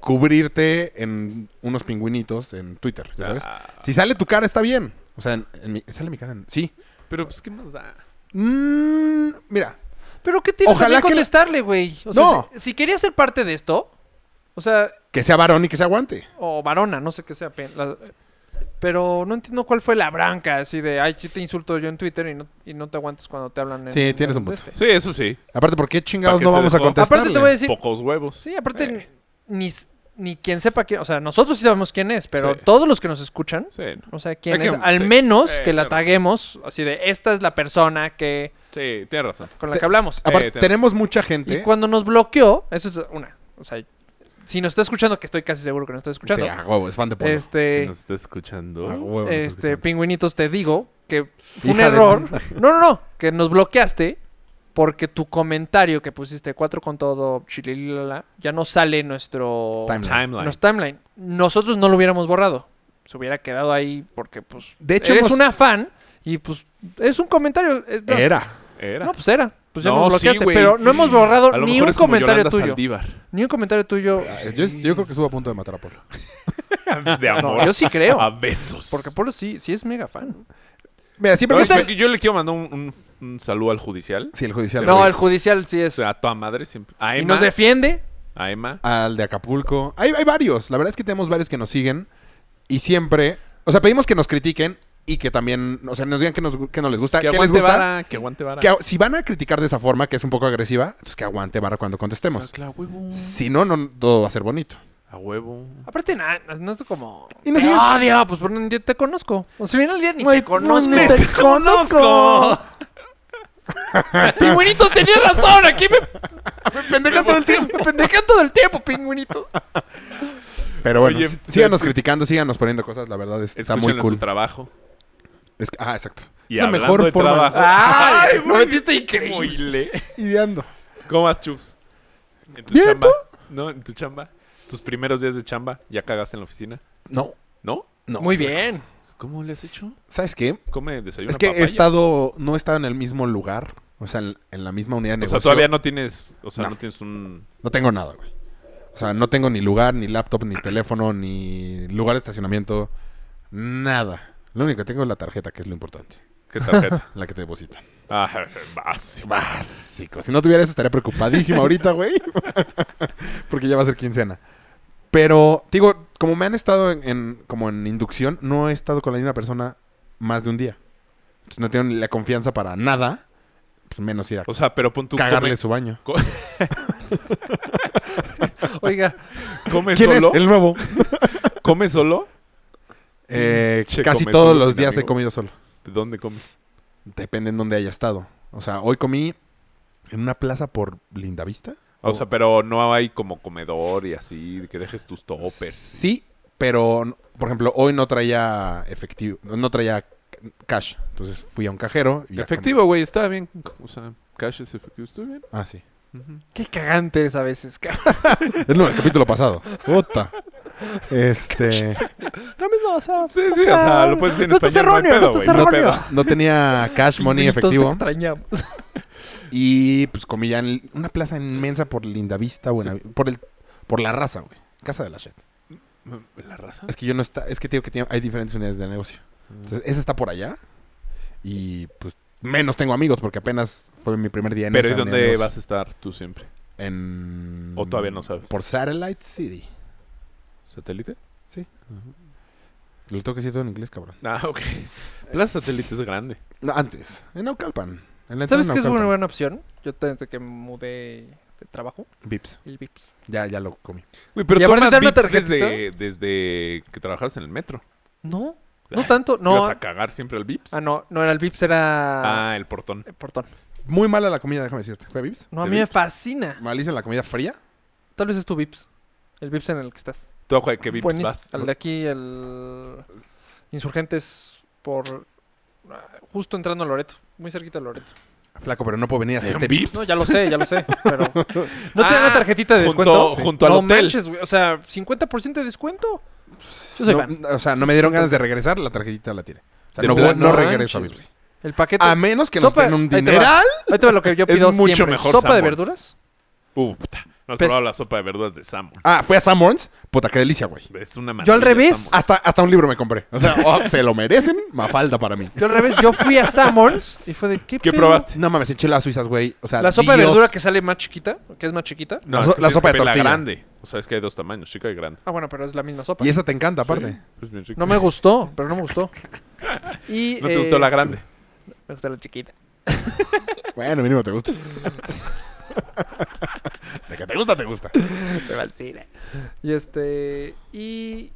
E: cubrirte en unos pingüinitos en Twitter, ya sabes.
C: Ah,
E: Si sale tu cara, está bien. O sea, en- en mi- sale mi cara. en- sí.
C: pero pues, ¿qué más da?
E: Mm, mira,
D: Pero ¿qué tiene
E: Ojalá
D: que
E: que la-
D: contestarle, güey? O sea,
E: No.
D: si, si quería ser parte de esto, o sea,
E: que sea varón y que se aguante.
D: o varona, no sé qué sea. pe- la- pero no entiendo cuál fue la branca, así de, ay, sí te insulto yo en Twitter y no, y no te aguantes cuando te hablan en
E: Sí, tienes
D: en
E: un punto.
D: este.
C: Sí, eso sí.
E: Aparte, ¿por qué
C: ¿Para
E: chingados
C: qué
E: no
C: se
E: vamos a
C: dejó?
E: contestarle?
D: Aparte te voy a decir,
C: Pocos huevos.
D: sí, aparte
C: Eh.
D: ni, s- ni quien sepa quién, o sea, nosotros sí sabemos quién es, pero
C: Sí.
D: todos los que nos escuchan,
C: Sí,
D: o sea, quién
C: que-
D: es, al
C: sí.
D: menos
C: Eh,
D: que la
C: claro.
D: taguemos, así de, esta es la persona que
C: sí, tienes razón.
D: con la
E: Te-
D: que hablamos.
E: Aparte,
C: Eh,
E: tenemos mucha
D: Y
E: gente.
D: cuando nos bloqueó, eso es una, o sea, si nos está escuchando, que estoy casi seguro que nos está
E: Sí,
D: escuchando,
E: a huevo, es fan de Polo.
D: este...
C: ah, Si nos está escuchando.
E: A huevo, nos está
D: este,
E: escuchando.
D: pingüinitos, te digo que fue un
E: Hija de
D: error. No, no, no, que nos bloqueaste porque tu comentario que pusiste cuatro con todo, chililala, ya no sale en nuestro
E: Timeline.
C: Timeline.
D: nuestro timeline. Nosotros no lo hubiéramos borrado. Se hubiera quedado ahí porque, pues,
E: De hecho,
D: eres
E: hemos-
D: una fan y, pues, es un comentario. es- no,
E: Era.
C: Era.
D: No, pues era. Pues ya
C: No,
D: nos
C: sí,
D: bloqueaste,
C: güey.
D: pero no hemos borrado
C: A lo
D: ni
C: mejor
D: un
C: es como
D: comentario
C: Yolanda
D: tuyo.
C: Saldívar.
D: Ni un comentario tuyo.
E: Yo, yo creo que estuvo a punto de matar a Polo.
C: De amor.
D: No, yo sí creo.
C: A besos.
D: Porque Polo sí, sí es mega fan.
E: Mira, siempre
C: No,
E: nos-
C: pues, yo, yo le quiero mandar un, un- un saludo al judicial.
E: Sí, el judicial.
D: No,
E: Ruiz.
D: el judicial sí es.
C: A toda madre siempre. A
D: Y
C: Emma.
D: nos defiende.
C: a Emma.
E: al de Acapulco. Hay, hay varios. La verdad es que tenemos varios que nos siguen. Y siempre. O sea, pedimos que nos critiquen y que también. O sea, nos digan que, nos, que no les gusta. Que,
C: aguante
E: les gusta.
C: vara, que aguante vara.
E: Que a- si van a criticar de esa forma, que es un poco agresiva, entonces que aguante barra cuando
C: O sea,
E: contestemos.
C: Ah, claro, huevo.
E: Si no, no todo va a ser bonito.
C: A huevo.
D: Aparte, nada, no, no es como.
E: Y no
D: te
E: sigues-
D: odio, pues por un día te conozco. O sea, al final del día ni te conozco.
E: conozco!
D: Pingüinitos tenía razón, aquí me,
E: ¡Me pendejan todo el tiempo!
D: me pendejan todo el tiempo, pingüinito.
E: Pero bueno,
C: Oye,
E: sí- síganos criticando, síganos poniendo cosas. La verdad es, está
C: Escuchen
E: muy
C: en su
E: cool.
C: trabajo.
E: Es que- ah, exacto.
C: Y
E: Es la
C: hablando
E: mejor
C: de
E: forma.
C: trabajo.
D: ¡Ay,
C: lo
D: güey!
C: metiste increíble!
E: Ideando.
C: Comas chups. En tu
E: ¿Bien,
C: chamba.
E: tú?
C: No, en tu chamba. Tus primeros días de chamba. ¿Ya cagaste en la oficina?
E: No,
C: ¿No?
E: no.
D: Muy bien.
C: ¿Cómo le has hecho?
E: ¿Sabes qué?
C: Come desayuno.
E: Es que he
C: papaya.
E: estado, no he estado en el mismo lugar, o sea, en, en la misma unidad de
C: O sea,
E: negocio.
C: todavía no tienes. O sea, no,
E: No.
C: tienes un.
E: No tengo nada, güey. O sea, no tengo ni lugar, ni laptop, ni teléfono, ni lugar de estacionamiento, nada. Lo único que tengo es la tarjeta, que es lo importante,
C: ¿Qué tarjeta?
E: la que te depositan.
C: ah, básico.
E: Básico. Si no tuviera eso, estaría preocupadísimo ahorita, güey. Porque ya va a ser quincena. Pero, te digo, como me han estado en, en- como en inducción, no he estado con la misma persona más de un día. Entonces no tengo ni la confianza para nada, pues menos ir a
C: O sea, pero pon tu.
E: cagarle su baño.
D: Oiga,
C: ¿Comes
E: ¿Quién
C: solo?
E: es? El nuevo.
C: ¿Comes solo?
E: Eh,
C: Che,
E: casi
C: come
E: todos
C: solo
E: los
C: sin
E: días he
C: amigo.
E: comido solo.
C: ¿De dónde comes?
E: Depende en dónde haya estado. O sea, hoy comí en una plaza por Lindavista.
C: O sea, pero no hay como comedor y así, que dejes tus toppers.
E: Sí, pero no- por ejemplo, hoy no traía efectivo, no traía c- cash. Entonces fui a un cajero. y ya
C: Efectivo, güey, está bien. O sea, cash es efectivo. Estoy bien.
E: compré. Ah, sí.
D: qué cagante eres a veces, cabrón.
E: Eh, No, el capítulo pasado. Puta. Este.
D: No me lo sabes.
C: Sí, sí, o sea, lo puedes decir en
D: No estás
C: español, no hay
D: erróneo, no
C: pedo,
D: estás
C: güey,
E: No,
C: hay
D: erróneo.
C: pedo.
E: no tenía cash money
D: Pinitos, te
E: efectivo.
D: extrañamos.
E: Y pues comí ya en una plaza inmensa por Lindavista, buena, por el, por la raza, güey. Casa de la shit.
C: ¿La raza?
E: Es que yo no está, es que te digo que tiene- hay diferentes unidades de negocio.
C: Mm.
E: Entonces, esa está por allá. Y pues menos tengo amigos porque apenas fue mi primer día en
C: Pero ¿y
E: esa unidad de
C: dónde
E: negocio.
C: vas a estar tú siempre?
E: En...
C: ¿O todavía no sabes?
E: Por Satellite City.
C: ¿Satélite?
E: Lo tengo que decir todo en inglés, cabrón.
C: Ah, ok. Plaza satélite es grande.
E: No, antes. En Naucalpan. En la entrada
D: ¿Sabes
E: de
D: qué es una
E: Naucalpan.
D: buena opción? Yo desde que me mudé de trabajo,
E: Vips.
D: el Vips.
E: Ya, ya lo comí.
C: Güey, pero
D: ¿Y
C: tú
D: aparte
C: más
D: te dan una
C: vips desde,
D: tarjetita?
C: desde que trabajabas en el metro.
D: No,
C: Ay,
D: no tanto, no.
C: ¿Ibas a cagar siempre al Vips?
D: Ah, no, no era el Vips, era
C: Ah, el portón.
D: el portón.
E: Muy mala la comida, déjame decirte. ¿Fue a Vips?
D: No, a
C: ¿El
D: mí me
C: Vips?
D: fascina.
E: Malísima la comida fría.
D: Tal vez es tu Vips. El Vips en el que estás.
C: ¿Tú a qué Vips
D: Buenísimo.
C: vas?
D: Al de aquí, el Insurgentes por ah, justo entrando a Loreto, muy cerquita a Loreto.
E: Flaco, pero no puedo venir hasta
C: ¿En
E: este
C: Vips?
E: Vips.
D: No, ya lo sé, ya lo sé, pero ¿no te dan
C: Ah,
D: una tarjetita de
C: junto-
D: descuento?
C: junto al
D: no
C: hotel.
D: manches, güey, o sea, 50% de descuento. Yo soy
E: No,
D: fan.
E: o sea, no me dieron ganas de regresar, la tarjetita la tiré. O sea,
C: De
E: no,
C: plano,
E: no
C: no
E: regreso a
D: manches,
E: Vips.
D: El paquete
E: A menos que
D: Sopa,
E: nos den un
D: ahí te va.
E: dineral.
D: Ahorita va lo que yo
C: Es
D: pido
C: mucho
D: siempre.
C: mejor
D: ¿Sopa de
C: Sanborns.
D: verduras?
C: Uh, puta. No has
D: Pes-
C: probado la sopa de verduras de Samo.
E: Ah, fui a Sanborns. Puta, qué delicia, güey.
C: Es una
D: Yo al
C: maravilla,
D: revés.
C: Sanborns.
E: Hasta, hasta un libro me compré. O sea, oh, se lo merecen. Mafalda para mí.
D: Yo al revés, yo fui a Sammons y fue de ¿qué,
C: ¿Qué
D: pedo?
C: probaste?
E: No mames, eché las suizas, güey. O sea,
D: La sopa de
E: Dios.
D: verdura que sale más chiquita, que es más chiquita.
C: No,
E: La
C: es
E: so-
C: que
E: la
C: tienes que
E: sopa de
C: pedir la
E: tortilla.
C: grande. O sea, es que hay dos tamaños, chica y grande.
D: Ah, bueno, pero es la misma sopa.
E: Y esa te encanta, aparte.
C: Sí, pues bien chica.
D: No me gustó, pero no me gustó. Y,
C: ¿No te gustó
D: eh,
C: la grande?
D: Me gustó la chiquita.
E: Bueno, mínimo te gusta. De que te gusta, te gusta.
D: Pero al cine. Y este. Y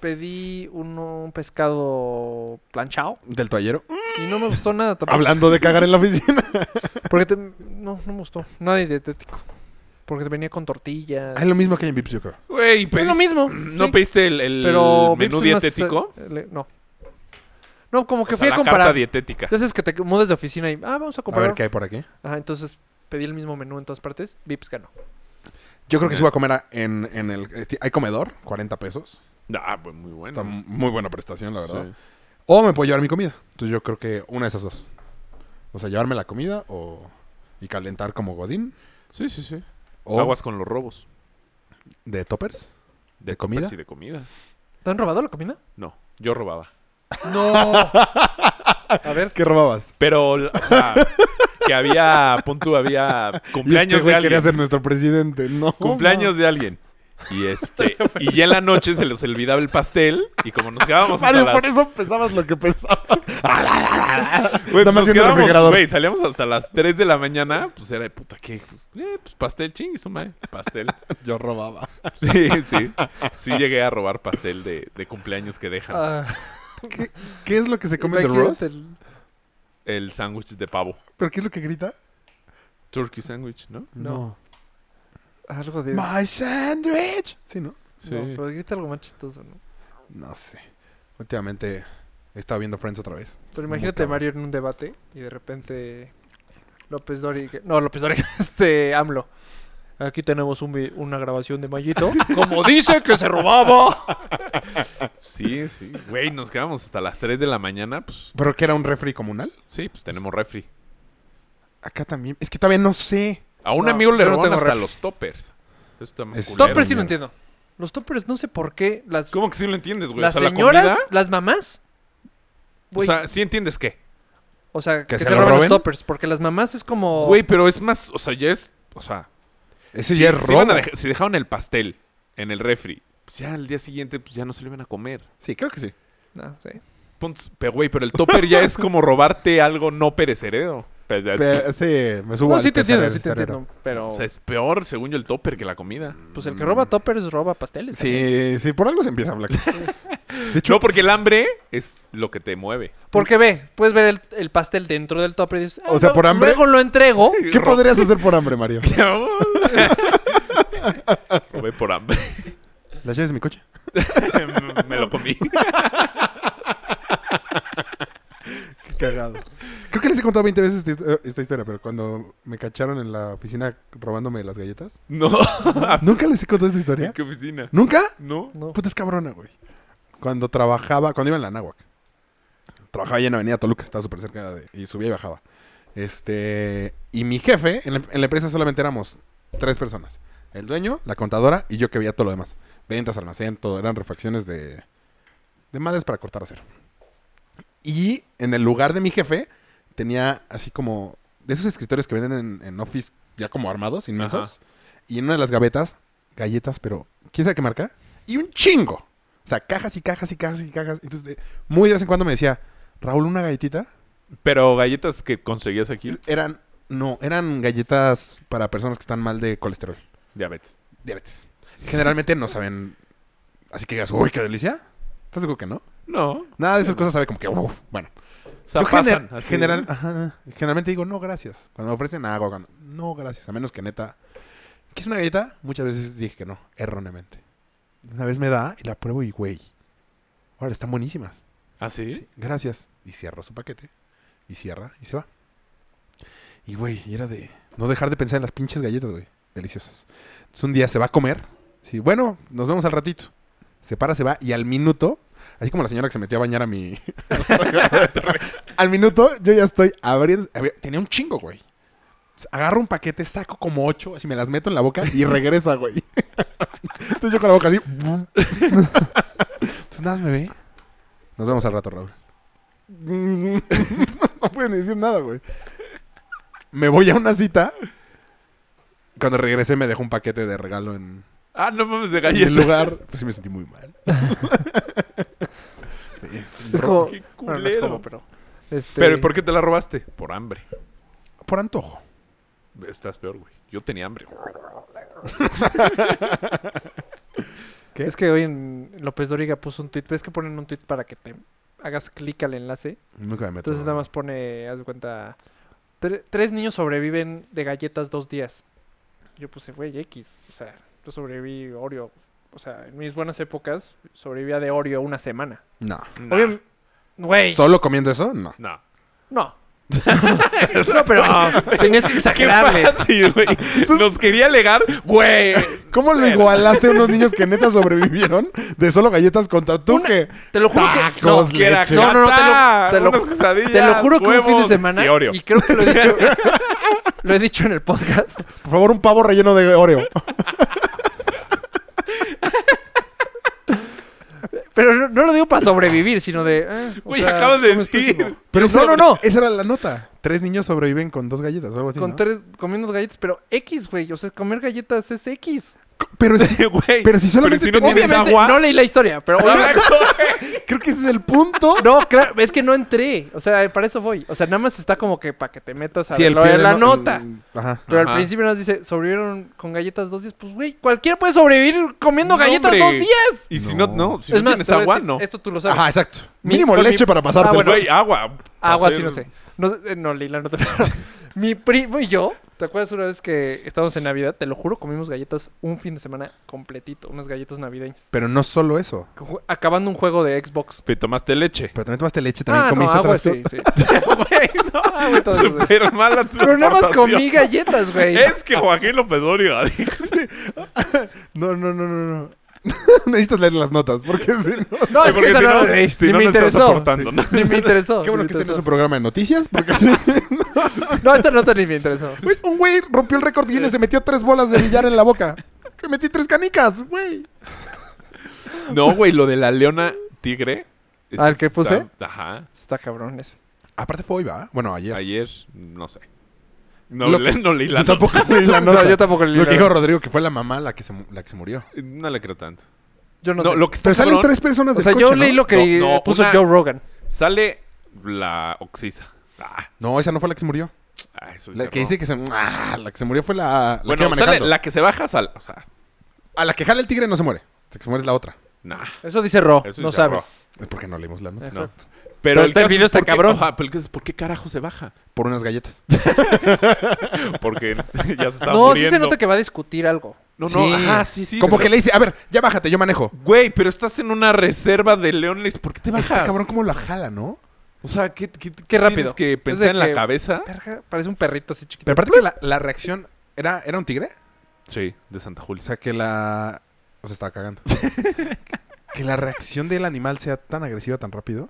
D: pedí un, un pescado planchado.
E: Del toallero.
D: Y no me gustó nada tampoco.
E: Hablando de cagar en la oficina.
D: Porque te- no, no me gustó. Nada de dietético. Porque te venía con tortillas.
E: Ah, Es lo mismo que hay en Vips, yo creo.
C: Güey,
D: Es
C: pediste-
D: lo mismo.
C: ¿No
D: sí.
C: pediste el, el
D: pero
C: menú
D: Vips es más,
C: dietético?
D: eh, le- no. No, como que
C: O
D: fui
C: sea, la
D: a
C: carta
D: comparar.
C: dietética.
D: Ya sabes que te mudas de oficina y, ah, vamos a
E: A ver
D: comparar.
E: qué hay por aquí.
D: Ajá, entonces pedí el mismo menú en todas partes. pues, Vips ganó.
E: Yo creo que sí voy a comer a- en, en el... este, Hay comedor, 40 pesos.
C: Ah, pues muy bueno.
E: Está muy buena prestación, la verdad.
C: Sí.
E: O me puedo llevar mi comida. Entonces yo creo que una de esas dos. O sea, llevarme la comida o... Y calentar como godín.
C: Sí, sí, sí.
E: O
C: Aguas con los robos.
E: de toppers.
C: toppers
E: ¿De comida?
C: y de comida.
D: ¿Te han robado la comida?
C: No, yo robaba.
D: No. A ver.
E: ¿Qué robabas?
C: Pero, o sea, que había, pon tú, había
E: Cumpleaños
C: cumpleaños de
E: este güey
C: alguien.
E: quería ser nuestro presidente. No.
C: Cumpleaños de alguien. Y este, y ya en la noche se les olvidaba el pastel. Y como nos quedábamos hasta
E: Mario,
C: las...
E: por eso pesabas lo que pesaba.
C: Güey,
E: Nada
C: nos
E: más viendo el
C: quedábamos,
E: refrigerador.
C: güey, salíamos hasta las 3 de la mañana. Pues era de puta, ¿qué? Eh, pues pastel, chingue, su madre, Pastel.
E: Yo robaba.
C: Sí, sí. Sí llegué a robar pastel de, de cumpleaños que dejan.
E: ¿Qué, qué es lo que se come de Ross?
D: Ah, imagínate el-
C: El sándwich de pavo.
E: ¿Pero qué es lo que grita?
C: Turkey sandwich, ¿no?
D: No. Algo de.
E: My sandwich. Sí, ¿no?
C: Sí.
D: No, pero grita algo más chistoso, ¿no?
E: No sé. Últimamente Estaba viendo Friends otra vez.
D: Pero
E: Muy
D: imagínate
E: cabrón.
D: Mario en un debate y de repente López Dóriga, no, López Dóriga, este, AMLO. Aquí tenemos un vi- una grabación de Mayito. Como dice que se robaba.
C: Sí, sí. Güey, nos quedamos hasta las 3 de la mañana. Pues
E: ¿Pero que era un refri comunal?
C: sí, pues tenemos refri.
E: Acá también. Es que todavía no sé.
C: A un
D: No,
C: amigo le
D: yo no
C: roban
D: tengo
C: hasta
D: refri.
C: los toppers. Eso está más
E: Es-
C: culero.
D: Toppers sí
E: mierda.
D: lo entiendo. Los toppers no sé por qué. Las,
C: ¿Cómo que sí lo entiendes, güey?
D: las
C: o sea,
D: señoras,
C: la comida,
D: las mamás.
C: o
D: güey,
C: sea, sí entiendes qué.
D: que, se, roban los toppers. Porque las mamás es como.
C: Güey, pero es más, o sea, ya es, o sea,
E: Ese ya es
C: si, iban
E: robo.
C: a deja- si dejaron el pastel en el refri, pues ya al día siguiente pues ya no se lo iban a comer.
E: Sí, creo que sí.
D: No, Ah, sí.
C: Pon- Pero güey, pero el topper ya es como robarte algo no perecedero. Pe-
E: Pero, sí, me subo
D: No,
E: al
D: sí te entiendo,
E: pesadero,
D: sí te
E: pesadero.
D: entiendo. Pero
C: O sea, es peor, según yo, el topper que la comida.
D: pues el que roba toppers roba pasteles. también.
E: Sí, sí, por algo se empieza a hablar. De hecho,
C: No, porque el hambre es lo que te mueve.
D: Porque ve, puedes ver el, el pastel dentro del topper y dices,
E: O sea,
D: lo-
E: por hambre.
D: Luego lo entrego.
E: ¿qué podrías hacer por hambre, Mario?
C: Robé por hambre.
E: ¿Las llaves de mi coche?
C: Me lo comí.
E: Qué cagado. Creo que les he contado 20 veces esta, histo- eh, esta historia, pero cuando me cacharon en la oficina robándome las galletas.
C: No.
E: ¿Nunca les he contado esta historia?
C: ¿Qué oficina?
E: ¿Nunca?
C: No.
D: ¿eh? No.
E: Puta es cabrona, güey. Cuando trabajaba, cuando iba en la Náhuac. Trabajaba ya en Avenida Toluca, estaba súper cerca de. Y subía y bajaba. Este. Y mi jefe, en la, en la empresa solamente éramos tres personas: el dueño, la contadora y yo que veía todo lo demás. Ventas, almacén, todo. Eran refacciones de. De madres para cortar acero. Y en el lugar de mi jefe, tenía así como. De esos escritorios que venden en, en Office, ya como armados, inmensos. Y en una de las gavetas, galletas, pero. ¿Quién sabe qué marca? y un chingo. O sea, cajas y cajas y cajas y cajas. Entonces, de- muy de vez en cuando me decía, Raúl, una galletita.
C: Pero galletas que conseguías aquí,
E: Eran, no, eran galletas para personas que están mal de colesterol,
C: diabetes.
E: diabetes. Generalmente no saben. Así que digas, uy, qué delicia. ¿Estás seguro que no?
C: No.
E: Nada de esas cosas sabe como que, uff, bueno.
C: O sea,
E: Yo
C: pasan,
E: gener-
C: así.
E: general, ajá, generalmente digo, no, gracias. Cuando me ofrecen agua, cuando, no, gracias. A menos que neta. ¿Qué es una galleta? Muchas veces dije que no, erróneamente. Una vez me da y la pruebo y, güey, ahora están buenísimas.
C: ¿Ah, sí?
E: Sí, gracias. Y cierro su paquete. Y cierra y se va. Y güey, y era de no dejar de pensar en las pinches galletas, güey. Deliciosas. Entonces un día se va a comer. Sí, bueno, nos vemos al ratito. Se para, se va y al minuto, así como la señora que se metió a bañar a mi... al minuto yo ya estoy abriendo... abri- Tenía un chingo, güey. Agarro un paquete, saco como ocho, así me las meto en la boca y regresa, güey. Entonces yo con la boca así... Entonces nada más me ve. Nos vemos al rato, Raúl. Mm, no pueden decir nada, güey. Me voy a una cita. Cuando regresé me dejó un paquete de regalo en,
C: Ah, no mames, de
E: en el
C: galletas.
E: lugar. Pues sí me sentí muy mal. Sí.
D: Es como.
C: Qué
D: bueno, no es
C: culero.
D: como, pero. Este,
C: Pero ¿y por qué te la robaste? Por hambre.
E: Por antojo.
C: Estás peor, güey. Yo tenía hambre.
E: qué?
D: Es que hoy en López Dóriga puso un tweet. ¿Ves que ponen un tweet para que te hagas clic al enlace?
E: Nunca me meto.
D: Entonces nada más pone, haz de cuenta. "Tre- tres niños sobreviven de galletas dos días. Yo puse, güey, X. O sea, yo sobreviví Oreo. O sea, en mis buenas épocas sobrevivía de Oreo una semana.
E: No.
C: No.
D: Obviamente- Güey.
E: ¿Solo comiendo eso? No.
C: No.
D: No. no, pero tenías que
C: Qué
D: exagerarle.
C: fácil, güey. Nos quería alegar, güey.
E: ¿Cómo lo igualaste a unos niños que neta sobrevivieron de solo galletas contra tú
D: Una-
E: que
D: Te lo juro que. No,
E: Tacos,
C: que era
E: leche.
D: no, no, no, te lo-
C: gata,
D: te lo
C: unas
D: ju-
C: quesadillas,
D: te lo juro que un fin de
C: huevos
D: semana.
C: Y Oreo.
D: creo que lo he dicho. lo he dicho en el podcast.
E: Por favor, un pavo relleno de Oreo.
D: Pero no, no lo digo para sobrevivir, sino de. eh, o
C: Güey,
D: sea,
C: acabas de
D: comes
C: decir.
D: pésimo.
E: Pero
D: No, no, no.
E: Esa era la nota. Tres niños sobreviven con dos galletas o algo así.
D: Con
E: ¿no?
D: tres, comiendo galletas, pero X, güey. O sea, comer galletas es X.
E: Pero sí,
C: Güey.
E: Pero si solamente
C: Pero si no
E: tenía-
C: tienes
D: Obviamente,
C: agua.
D: no leí la historia, pero.
E: creo que ese es el punto.
D: No, claro, es que no entré. O sea, para eso voy. O sea, nada más está como que para que te metas a
E: Sí,
D: ver
E: el
D: lo
E: pie
D: de
E: de
D: la
E: no-
D: nota.
E: mm, Ajá.
D: Pero
C: Ajá.
D: al principio nos dice, sobrevivieron con galletas dos días. Pues, güey, cualquiera puede sobrevivir comiendo
C: No,
D: galletas
C: hombre.
D: dos días.
C: Y si no,
E: No.
C: no. Si no
D: te
C: tienes
D: voy a
C: agua,
D: decir,
C: no.
D: Esto tú lo sabes.
E: Ajá, exacto.
D: Mi-
E: Mínimo
D: con mi-
E: leche para pasarte
D: Ah,
E: el
D: bueno.
C: Güey, Pues, agua.
D: Agua
C: Hacer-
D: sí no sé. No, sé- eh, no, Lila, no te Mi primo y yo, ¿te acuerdas una vez que estábamos en Navidad? Te lo juro, comimos galletas un fin de semana completito, unas galletas navideñas.
E: Pero no solo eso.
D: Ju- Acabando un juego de Xbox.
C: Te tomaste leche.
E: Pero también tomaste leche, también
D: ah,
E: comiste
D: no, agua,
E: otras
D: sí,
E: cosas.
D: sí. Güey, no, agua y todo eso.
C: Súper mala tu
D: Pero nada más
C: aportación.
D: comí galletas, güey.
C: Es que Joaquín López Dóriga dijo,
E: No, no, no, no, no. Necesitas leer las notas, porque si no...
D: No, es que
C: porque
D: esa
C: si
D: no,
C: no,
D: era de ahí.
C: si
D: ni
C: no,
D: me
C: no estás
D: interesó.
C: aportando, ¿no?
D: Ni me interesó.
E: Qué bueno
D: ni
E: que
D: me
E: este no es un
D: interesó.
E: programa de noticias, porque si...
D: No, esta nota ni me interesó.
E: Güey, un güey rompió el récord Guinness, se metió tres bolas de billar en la boca. Que metí tres canicas, güey.
C: No, güey, lo de la leona tigre. es-
D: ¿Al que
C: está-
D: puse?
C: Ajá.
D: Está cabrón ese.
E: Aparte fue hoy, ¿va? Bueno, ayer.
C: Ayer, no sé. No,
E: Lo-
C: le, no leí la
E: Yo tampoco leí la
D: No,
E: nota.
D: yo tampoco leí
E: Lo
D: la
E: que dijo
D: nota.
E: Rodrigo, que fue la mamá la que se, mu- la que se murió.
C: nota. No le creo tanto.
D: Yo no,
C: No,
D: sé.
C: lo que está
E: Pero salen
C: cabrón,
E: tres personas
D: O
E: del
D: sea,
E: coche,
D: yo
E: ¿no?
D: leí lo que
C: No, no,
D: puso
C: una-
D: Joe Rogan.
C: Sale la oxisa. Ah,
E: No, esa no fue la que se murió.
C: ah, eso
E: La
C: sí
E: que
C: cerró.
E: dice que se... ¡Ah! La que se murió fue la... la que
C: Bueno,
E: iba
C: sale
E: manejando.
C: la que se baja, sal, o sea,
E: A la que jala el tigre no se muere. La que se muere es la otra.
C: nah.
D: Eso dice Ro,
C: Eso
D: no
C: dice Ro.
D: sabes.
E: Es porque no leímos la nota.
D: Exacto.
C: Pero,
D: Pero este
C: caso
D: video
C: es
D: está
C: por qué-
D: cabrón.
C: ajá, pero el caso es por qué carajo se baja.
E: Por unas galletas.
C: Porque ya se está
D: No, sí se
C: muriendo.
D: nota que va a discutir algo.
C: No, no,
E: Sí.
C: ajá, sí, sí.
E: Como
C: está-
E: que le dice, a ver, ya bájate, yo manejo.
C: Güey, pero estás en una reserva de leones. ¿Por qué te bajas?
E: Está cabrón cómo la jala, ¿no?
C: O sea, ¿qué, qué, qué
D: rápido.
C: tienes que
D: Es de
C: pensar en la
D: que-
C: cabeza?
D: Verga, parece un perrito así chiquito.
E: Pero aparte que la, la reacción era, era un tigre.
C: Sí, de Santa
E: O
C: Julia.
E: sea, que la... O sea, estaba cagando. que la reacción del animal sea tan agresiva tan rápido.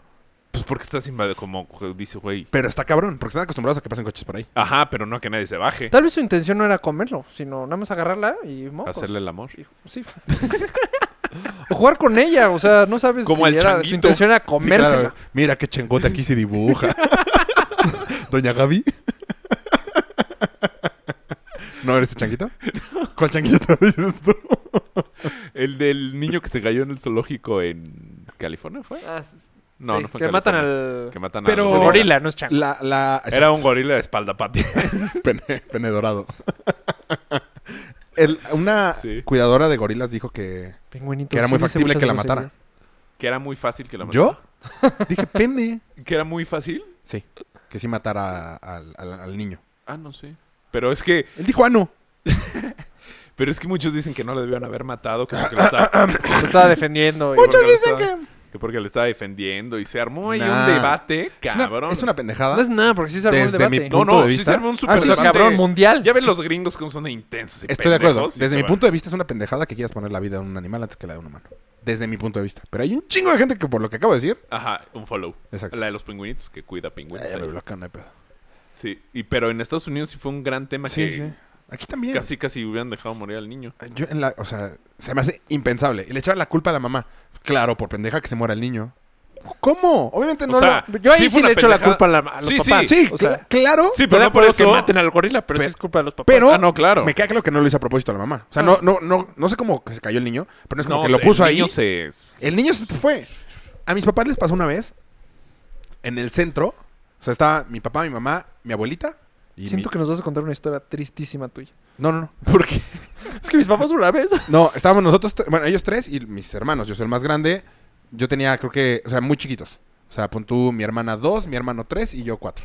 C: Pues porque estás invadido, como dice, güey.
E: Pero está cabrón, porque están acostumbrados a que pasen coches por ahí.
C: Ajá, pero no a que nadie se baje.
D: Tal vez su intención no era comerlo, sino nada más agarrarla y mocos.
C: Hacerle el amor.
D: Y- Sí. o jugar con ella, o sea, no sabes
C: Como
D: si
C: al
D: era- su
C: changuito.
D: intención era
E: Sí, claro.
D: comérsela.
E: Mira qué chengote aquí se dibuja. Doña Gaby. ¿No eres el changuito? ¿Cuál changuito dices tú?
C: El del niño que se cayó en el zoológico en California, ¿fue?
D: Ah, sí,
C: No,
D: sí,
C: no fue en
D: que matan
C: California.
D: al
C: Que matan
E: Pero-
C: al
D: al gorila, no es chango.
E: La, la,
C: Era un gorila de espalda patria.
E: Pene, pene dorado. El- una
C: Sí.
E: cuidadora de gorilas dijo que.
D: Pingüinito,
E: que era
D: sí
E: muy
D: dice
E: factible
D: muchas
E: que la
D: groserías.
E: matara.
C: Que era muy fácil que la matara.
E: ¿Yo? Dije pene.
C: ¿Que era muy fácil?
E: Sí, que sí matara a- al, al- al niño.
C: Ah, no sé. Pero es que,
E: Él dijo, ah, no.
C: pero es que muchos dicen que no lo debían haber matado, que porque lo estaba,
D: Lo estaba defendiendo. y-
C: Muchos
D: porque lo
C: dicen
D: estaba-
C: que porque lo estaba defendiendo y se armó ahí
E: Nah.
C: un debate,
E: Es una-
C: cabrón.
E: Es una pendejada.
D: No es nada, porque sí se armó el
E: Desde mi
D: debate.
E: punto
C: No, no,
E: de
C: sí
E: vista.
C: se armó un
E: Ah,
C: super
E: sí, sí.
D: Pero cabrón, mundial.
C: Ya ven los gringos como son de intensos y
E: Estoy de acuerdo.
C: pendejos, y
E: Desde
C: te
E: mi
C: van.
E: punto de vista es una pendejada que quieras poner la vida de un animal antes que la de un humano. Desde mi punto de vista. Pero hay un chingo de gente que por lo que acabo de decir.
C: Ajá, un follow.
E: Exacto.
C: La de los pingüinitos, que cuida
E: Ah,
C: pingüinos.
E: ya
C: ahí.
E: me bloquean, no hay pedo.
C: Sí, y, pero en Estados Unidos sí fue un gran tema
E: Sí,
C: Pues que
E: sí. Aquí también.
C: casi casi hubieran dejado morir al niño.
E: Yo en la, o sea, se me hace impensable. Y le echaban la culpa a la mamá. Claro, por pendeja que se muera el niño. ¿Cómo? Obviamente no
C: o sea,
E: lo-
D: Yo ahí sí,
C: Sí fue una
D: le echo la
C: pendejada.
D: culpa a, la, a los
C: Sí, sí.
D: papás.
E: Sí,
D: o sea,
E: cl- claro.
C: Sí,
D: Pero
C: pero
D: no
C: no por eso...
D: que maten al gorila, pero
E: Pe-
D: sí es culpa de los papás.
E: Pero
C: Ah, no, claro. Ah.
E: me queda claro que no lo hizo a propósito la mamá. O sea, no, no, no, no sé cómo que se cayó el niño, pero no es como que lo
C: el
E: puso ahí.
C: niño se-
E: El niño se fue. A mis papás les pasó una vez en el centro. O sea, estaba mi papá, mi mamá, mi abuelita. Y
D: Siento
E: mi-
D: que nos vas a contar una historia tristísima tuya.
E: No, no, no.
C: ¿Por qué?
D: Es que mis papás una vez.
E: No, estábamos nosotros, tre- bueno, ellos tres y mis hermanos. Yo soy el más grande. Yo tenía, creo que, o sea, muy chiquitos. O sea, pon tú mi hermana dos, mi hermano tres y yo cuatro.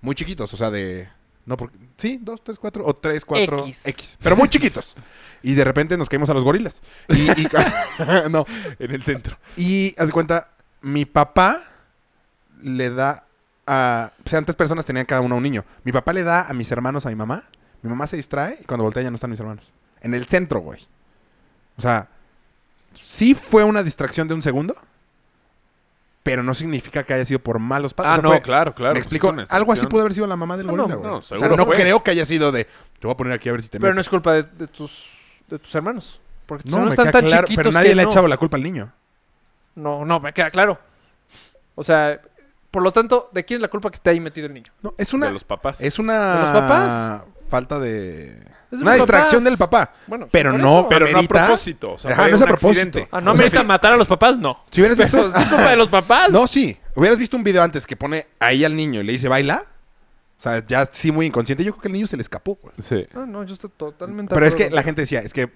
E: Muy chiquitos, o sea, de. No, porque. Sí, dos, tres, cuatro. O tres, cuatro.
D: X.
E: X. Pero muy chiquitos. Y de repente nos caímos a los gorilas. Y. y- no.
C: En el centro.
E: Y haz de cuenta, mi papá le da a. O sea, antes personas tenían cada uno un niño. Mi papá le da a mis hermanos, a mi mamá. Mi mamá se distrae y cuando voltea ya no están mis hermanos. En el centro, güey. O sea, sí fue una distracción de un segundo, pero no significa que haya sido por malos padres.
C: Ah,
E: O sea,
C: no,
E: fue-
C: claro, claro.
E: Me explico.
C: pues es una
E: Algo así
C: excepción.
E: pudo haber sido la mamá del
C: No,
E: gorila,
C: no,
E: güey.
C: no,
E: o sea,
C: seguro
E: no
C: fue.
E: creo que haya sido de. Te voy a poner aquí a ver si te
D: Pero no
E: metes".
D: es culpa de, de tus, de tus hermanos. Porque tus
E: No,
D: hermanos
E: me
D: están
E: queda
D: tan
E: claro,
D: chiquitos
E: pero nadie
D: que
E: le ha
D: no.
E: echado la culpa al niño.
D: No, no, me queda claro. O sea, por lo tanto, ¿de quién es la culpa que esté ahí metido el niño?
E: No, es una.
C: De los papás.
E: Es una
D: ¿De los papás?
E: falta de
D: Es de
E: una
D: los
E: distracción
D: papás.
E: del papá,
D: Bueno,
E: pero
D: por
E: no,
D: eso.
C: Pero no
E: amerita-
C: a propósito. O sea,
E: Ajá,
C: fue
E: no es a
C: un
E: propósito.
C: accidente.
D: Ah, no
E: O
D: me
E: sea,
D: necesitan
E: sí.
D: matar a los papás, no.
E: Si hubieras
D: Pero
E: visto
D: es culpa de los papás.
E: No, sí, hubieras visto un video antes que pone ahí al niño y le dice baila. O sea, ya sí muy inconsciente, yo creo que el niño se le escapó. güey.
C: Sí.
D: No, no, yo estoy totalmente.
E: Pero
D: de
E: es que
D: acuerdo.
E: la gente decía, es que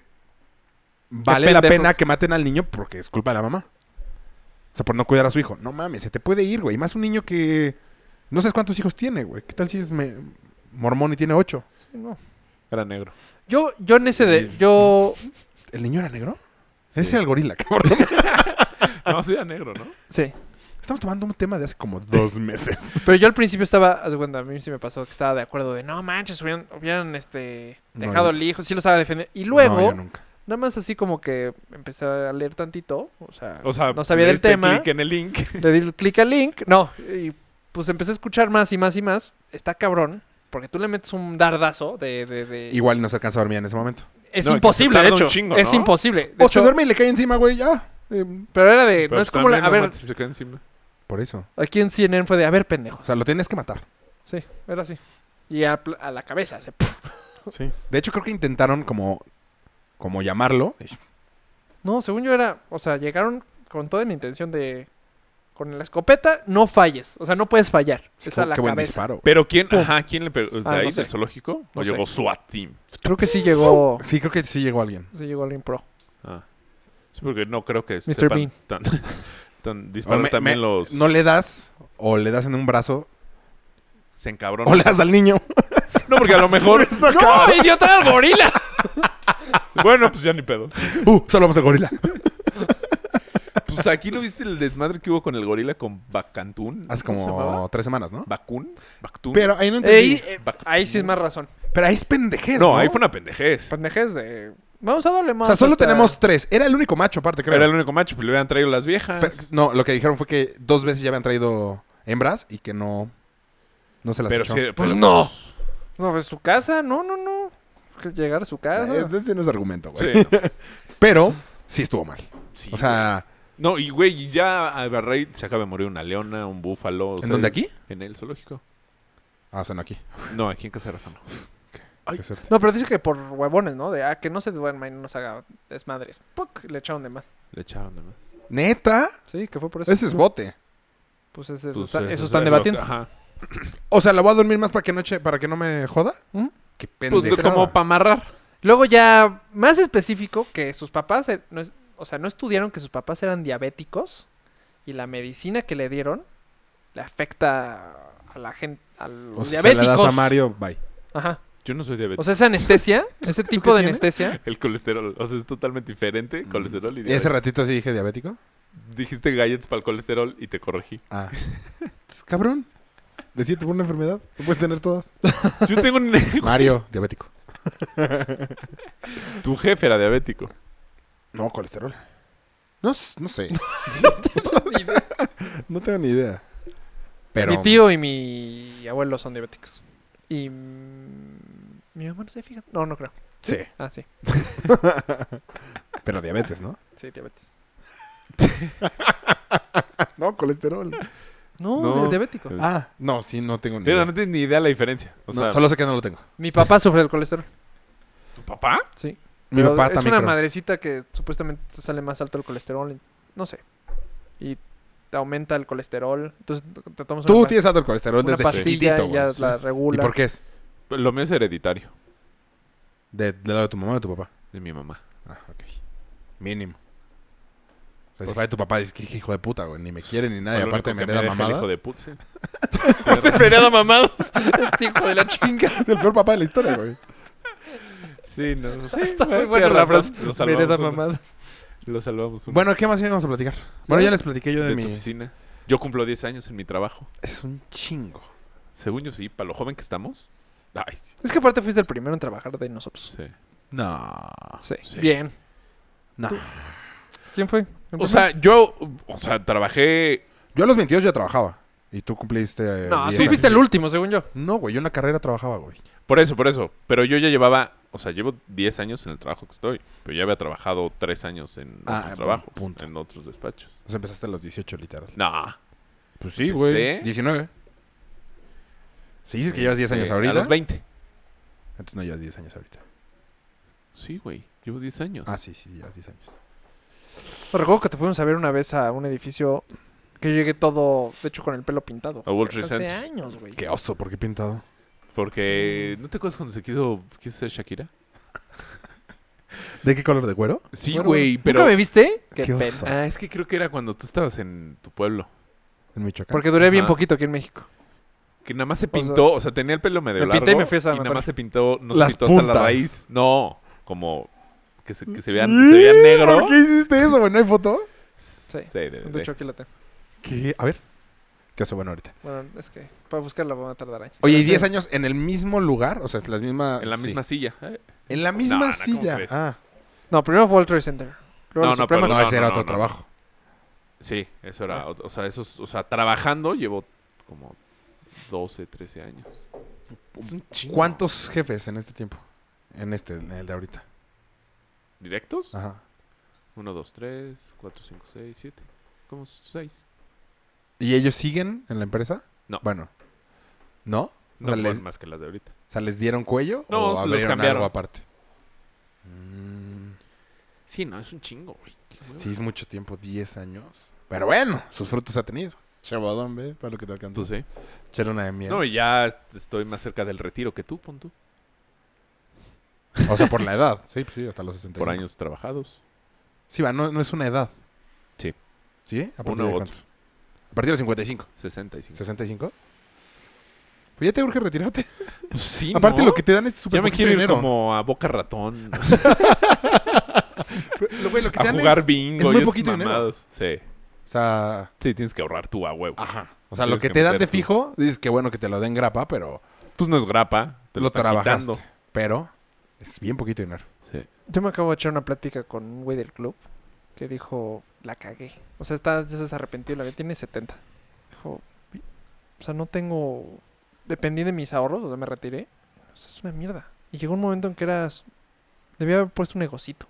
E: vale la
D: pendejos.
E: pena que maten al niño porque es culpa de la mamá. O sea, por no cuidar a su hijo. No mames, se te puede ir, güey. Y Más un niño que No sabes cuántos hijos tiene, güey. ¿Qué tal si es me- mormón y tiene ocho?
D: Sí, no.
C: Era negro.
D: Yo, yo en ese de.
E: Sí.
D: Yo.
E: ¿El niño era negro?
C: Sí.
E: Ese era el gorila, cabrón.
C: No, sí era negro, ¿no?
D: Sí.
E: Estamos tomando un tema de hace como dos meses.
D: Pero yo al principio estaba. Haz de cuenta, a mí sí me pasó que estaba de acuerdo de no manches, hubieran, hubieran este,
E: No,
D: dejado
E: yo-
D: el hijo. Sí lo estaba defendiendo. Y
E: No,
D: luego,
E: yo nunca.
D: nada más así como que empecé a leer tantito. O sea,
C: O sea,
D: No sabía
C: le
D: del
C: diste
D: tema.
C: clic en el link.
D: le di clic al link. No. Y pues empecé a escuchar más y más y más. Está cabrón. Porque tú le metes un dardazo de. de- de-
E: Igual no se alcanza a dormir en ese momento.
D: Es
C: No, que
D: imposible,
C: se
D: de
C: tarda un
D: hecho.
C: chingo,
D: Es
C: ¿no?
D: imposible. De
E: O se
D: hecho,
E: duerme y le cae encima, güey, ya. Eh,
D: pero era de.
C: Pero
D: no
C: pues
D: es como. la-
C: también,
D: a
C: no
D: ver,
C: manches, se queda encima.
E: por eso.
D: aquí en CNN fue de. A ver, pendejos.
E: O sea, lo tienes que matar.
D: Sí, era así. Y a, pl- a la cabeza. se-
E: Sí. De hecho, creo que intentaron como, como llamarlo.
D: No, según yo era. O sea, llegaron con toda la intención de. Con la escopeta, no falles. O sea, no puedes fallar. Es,
E: Qué-
D: a la
E: qué buen
D: cabeza.
E: disparo. güey.
C: Pero quién, ajá, ¿quién le pegó? ¿De
D: Ah,
C: ahí,
D: no sé.
C: del zoológico? ¿O
D: No sé.
C: llegó SWAT Team?
D: Creo que sí llegó.
E: Sí, creo que sí llegó alguien.
D: Sí llegó alguien pro.
C: Ah. Sí, porque no creo que
D: Mr.
C: sepan
D: Bean.
C: tan, tan
E: O
C: disparar
E: me-
C: también
E: me-
C: los...
E: No le das, o le das en un brazo,
C: Se encabronan.
E: o le das al niño.
C: No, porque a lo mejor...
D: ¡No, idiota era el gorila!
C: bueno, pues ya ni pedo.
E: Uh, solo vamos al gorila.
C: Pues aquí no viste el desmadre que hubo con el gorila con Bacantún.
E: Hace
C: ¿Cómo se llamaba?
E: Ah, como tres semanas, ¿no?
C: Bacún. Bactún.
E: Pero ahí no entendí.
D: Ahí, eh, ahí sí es más razón.
E: Pero ahí es pendejez,
C: no,
E: ¿no?
C: ahí fue una pendejez.
D: Pendejes de. Vamos a darle
E: O
D: más.
E: sea, solo
D: esta-
E: tenemos tres. Era el único macho, aparte, creo.
C: Era el único macho, pero le habían traído las viejas.
E: Pero- no, lo que dijeron fue que dos veces ya habían traído hembras y que no... No se las
C: Pero
E: echó.
C: sí,
E: Pues
C: pero-
E: no.
D: No, pues su casa. No, no, no. Llegar a su casa.
E: Ah, Ese no es argumento, güey.
C: Sí, no,
E: Pero sí estuvo mal.
C: sí.
E: O sea,
C: No, y güey, ya a Barrey se acaba de morir una leona, un búfalo. o
E: ¿en
C: sea,
E: dónde aquí?
C: En el zoológico.
E: Ah, o sea, no aquí.
C: No, aquí en Casa de Rafa no. Ay.
E: Qué suerte.
D: No, pero dice que por huevones, ¿no? De ah, que no se duerma y no nos haga desmadres. ¡Puc! Le echaron de más.
C: Le echaron nada más.
E: ¿Neta?
D: Sí, que fue por eso.
E: Ese es bote.
D: Pues ese-
C: Pues,
D: está-
C: eso
D: eso
C: es
D: están
C: lo-
D: debatiendo.
C: Ajá.
E: O sea, ¿la voy a dormir más para que, no eche- para que no me joda?
D: ¿Mm?
E: Qué
C: Pues,
E: pendejada.
C: como para amarrar.
D: Luego ya más específico que sus papás, eh, no es- o sea, no estudiaron que sus papás eran diabéticos y la medicina que le dieron le afecta a la gente, a los
E: O sea, se la
D: diabéticos.
E: das a Mario, bye.
D: Ajá.
C: Yo no soy
D: O
C: diabético.
D: sea, esa anestesia, ese tipo de
E: tiene?
D: anestesia,
C: el colesterol, o sea, es totalmente diferente. Colesterol y
E: Mm, ¿Y ese
C: diabetes.
E: ratito sí dije diabético?
C: Dijiste galletas para el colesterol y te corregí.
E: Ah. Pues, Cabrón. Decía, tuvo una enfermedad. Tú puedes tener todas.
C: Yo tengo un...
E: Mario, diabético.
C: tu jefe era diabético.
E: No, colesterol. No, s- no sé. no tengo ni idea. Pero...
D: mi tío y mi abuelo son diabéticos. Y mm, mi mamá no se fija. No, no creo.
E: Sí.
D: Ah, sí.
E: Pero diabetes, ¿no?
D: Sí, diabetes.
E: No, colesterol.
D: No,
C: No.
D: diabético.
E: Ah, Pues, no, sí, no tengo ni
C: Pero
E: idea.
C: no tienes ni idea la diferencia. O
E: No,
C: sea,
E: solo sé que no lo tengo.
D: Mi papá sufre del colesterol.
C: ¿tu papá?
D: Sí.
E: Mi
D: Pero
E: papá
D: es
E: también
D: una
E: creo.
D: madrecita que supuestamente te sale más alto el colesterol, y- no sé. Y te aumenta el colesterol. Entonces te tomas
E: Tú
D: una, pa-
E: tienes alto el colesterol
D: una
E: desde
D: pastilla
E: chiquitito,
D: y ya
E: güey.
D: la
E: ¿Y
D: regula.
E: por qué es?
C: Lo mío es hereditario
E: ¿De, ¿Del lado de tu mamá o de tu papá?
C: de mi mamá.
E: Ah, ok. Mínimo. O sea, si fuera tu papá, dices que "Qué hijo de puta, güey. Ni me quiere ni nada. Ah, Y
C: Lo único
E: aparte me
C: que
E: hereda
C: deja el
E: mamada.
C: hijo de puta. sí. Me hereda mamadas.
D: Este hijo de la chinga.
E: Es el peor papá de la historia, güey.
C: Sí, no.
D: Está muy buena la frase.
C: Lo
D: Me hereda
C: salvamos. uno.
D: mamada.
C: Lo salvamos. uno.
E: Bueno, ¿qué más íbamos a platicar? Bueno, ya les platiqué yo de,
C: de tu
E: mi...
C: oficina. Yo cumplo 10 años en mi trabajo.
E: Es un chingo.
C: Según yo sí, para lo joven que estamos. Ay, sí.
D: Es que aparte fuiste el primero en trabajar de nosotros.
C: sí.
E: No.
D: Sí.
C: Sí.
D: Bien.
E: No.
D: ¿Quién fue? ¿El
C: O sea, yo, o sea, trabajé...
E: Yo a los 22 ya trabajaba. Y tú cumpliste... eh,
D: primero? no,
E: 10
D: tú
E: años.
D: fuiste el último, según yo.
E: No, güey. Yo en la carrera trabajaba, güey.
C: Por eso, por eso. Pero yo ya llevaba... O sea, llevo 10 años en el trabajo que estoy. Pero ya había trabajado 3 años en
E: Ah,
C: otros
E: buen
C: trabajos.
E: punto.
C: En otros despachos.
E: O sea, empezaste a los 18, literal.
C: No.
E: Pues sí,
C: güey.
E: güey. 19. Si dices que llevas 10 años
C: Eh,
E: ahorita...
C: A los 20.
E: Antes no llevas 10 años ahorita.
C: Sí, güey. Llevo 10 años.
E: Ah, sí, sí. Llevas 10 años.
D: Me recuerdo que te fuimos a ver una vez a un edificio que yo llegué todo, de hecho, con el pelo pintado.
C: A World Trade
D: Hace
C: Center.
D: años, güey.
E: Qué oso. ¿Por qué pintado?
C: Porque... ¿No te acuerdas cuando se quiso, quiso ser Shakira?
E: ¿De qué color? ¿De cuero?
C: Sí,
D: Bueno,
C: güey. Pero...
D: ¿Nunca me viste? Qué,
E: Qué
D: pena.
E: oso.
C: Ah, es que creo que era cuando tú estabas en tu pueblo.
E: En Michoacán.
D: Porque duré bien
C: Ajá.
D: poquito aquí en México.
C: Que nada más se
D: O sea,
C: pintó, o sea, tenía el pelo medio
D: me pinté y
C: largo
D: me fui a San
C: nada
D: Antonio.
C: más se pintó, no
E: Las
C: se pintó hasta
E: puntas.
C: la raíz. No, como que se, que se vean, se vean negro.
E: ¿Por qué hiciste eso, güey? ¿No hay foto?
C: Sí, debe
D: De
C: de.
D: hecho, aquí la tengo.
E: ¿Qué? A ver. ¿Qué hace bueno ahorita?
D: Bueno, es que para buscarla van a tardar años.
E: Oye, ¿y 10 años en el mismo lugar? O sea, en las mismas...
C: en la
D: Ah,
E: sí.
C: misma silla. Eh,
E: En la
C: No,
E: misma
C: no, ¿cómo
E: silla.
C: crees?
E: Ah.
D: No, primero fue World Trade Center. Luego
C: No,
D: la
C: no,
D: Suprema.
E: No,
C: perdón.
E: ese era
C: no,
E: otro
C: no.
E: trabajo.
C: Sí, eso
D: Ah.
C: era, o o sea, eso, es- o sea, trabajando llevo como 12, 13 años. Es un chingo.
E: ¿Cuántos jefes en este tiempo? En este, en el de ahorita.
C: ¿Directos?
D: Ah.
E: Ajá.
C: 1, 2, 3, 4, 5, 6, 7. Como 6.
E: ¿Y ellos siguen en la empresa?
C: No.
E: Bueno. ¿No?
C: No
E: Dale.
C: más- más que las de ahorita.
E: O sea, ¿les dieron cuello?
C: No,
E: o
C: los
E: abrieron
C: cambiaron.
E: algo aparte. Mm,
C: Sí, no, es un chingo, güey. Qué hueva.
E: Sí, es mucho tiempo, 10 años. Pero bueno, sus frutos ha tenido. Chabadón, ve, para lo que te alcanzó.
C: Pues sí.
E: Chela una de miel.
C: No, y ya estoy más cerca del retiro que tú, pon tú.
E: O sea, por la edad. Sí, pues sí, hasta los 60.
C: Por años trabajados.
E: Sí, va, no, no es una edad.
C: Sí.
E: ¿Sí? ¿A partir
C: Uno
E: de
C: u otro.
E: cuántos? A partir de 55.
C: 65.
E: ¿65? Pues ya te urge retirarte.
C: Pues sí,
E: Aparte,
C: ¿no?
E: lo que te dan es súper
C: Ya me
E: poquito
C: quiero ir
E: dinero.
C: como a Boca Ratón.
E: Lo, güey, lo que
C: a
E: te dan
C: jugar
E: es-
C: bingo.
E: es muy
C: y esas
E: poquito dinero.
C: mamadas. Sí.
E: O sea,
C: Sí, tienes que ahorrar tú a huevo.
E: ajá. O sea, lo
C: Tienes
E: que
C: que
E: te dan de
C: meter tú.
E: fijo, dices que bueno que te lo den grapa, pero
C: Pues no es grapa. Te lo,
E: lo,
C: están
E: trabajaste.
C: quitando.
E: Pero es bien poquito dinero.
C: Sí.
D: Yo me acabo de echar una plática con un güey del club que dijo, la cagué. O sea, está, ya se arrepentido, la vida tiene 70. Dijo, "Vi- o sea, no tengo... Dependí de mis ahorros, o sea, me retiré. O sea, es una mierda. Y llegó un momento en que eras... Debía haber puesto un negocito.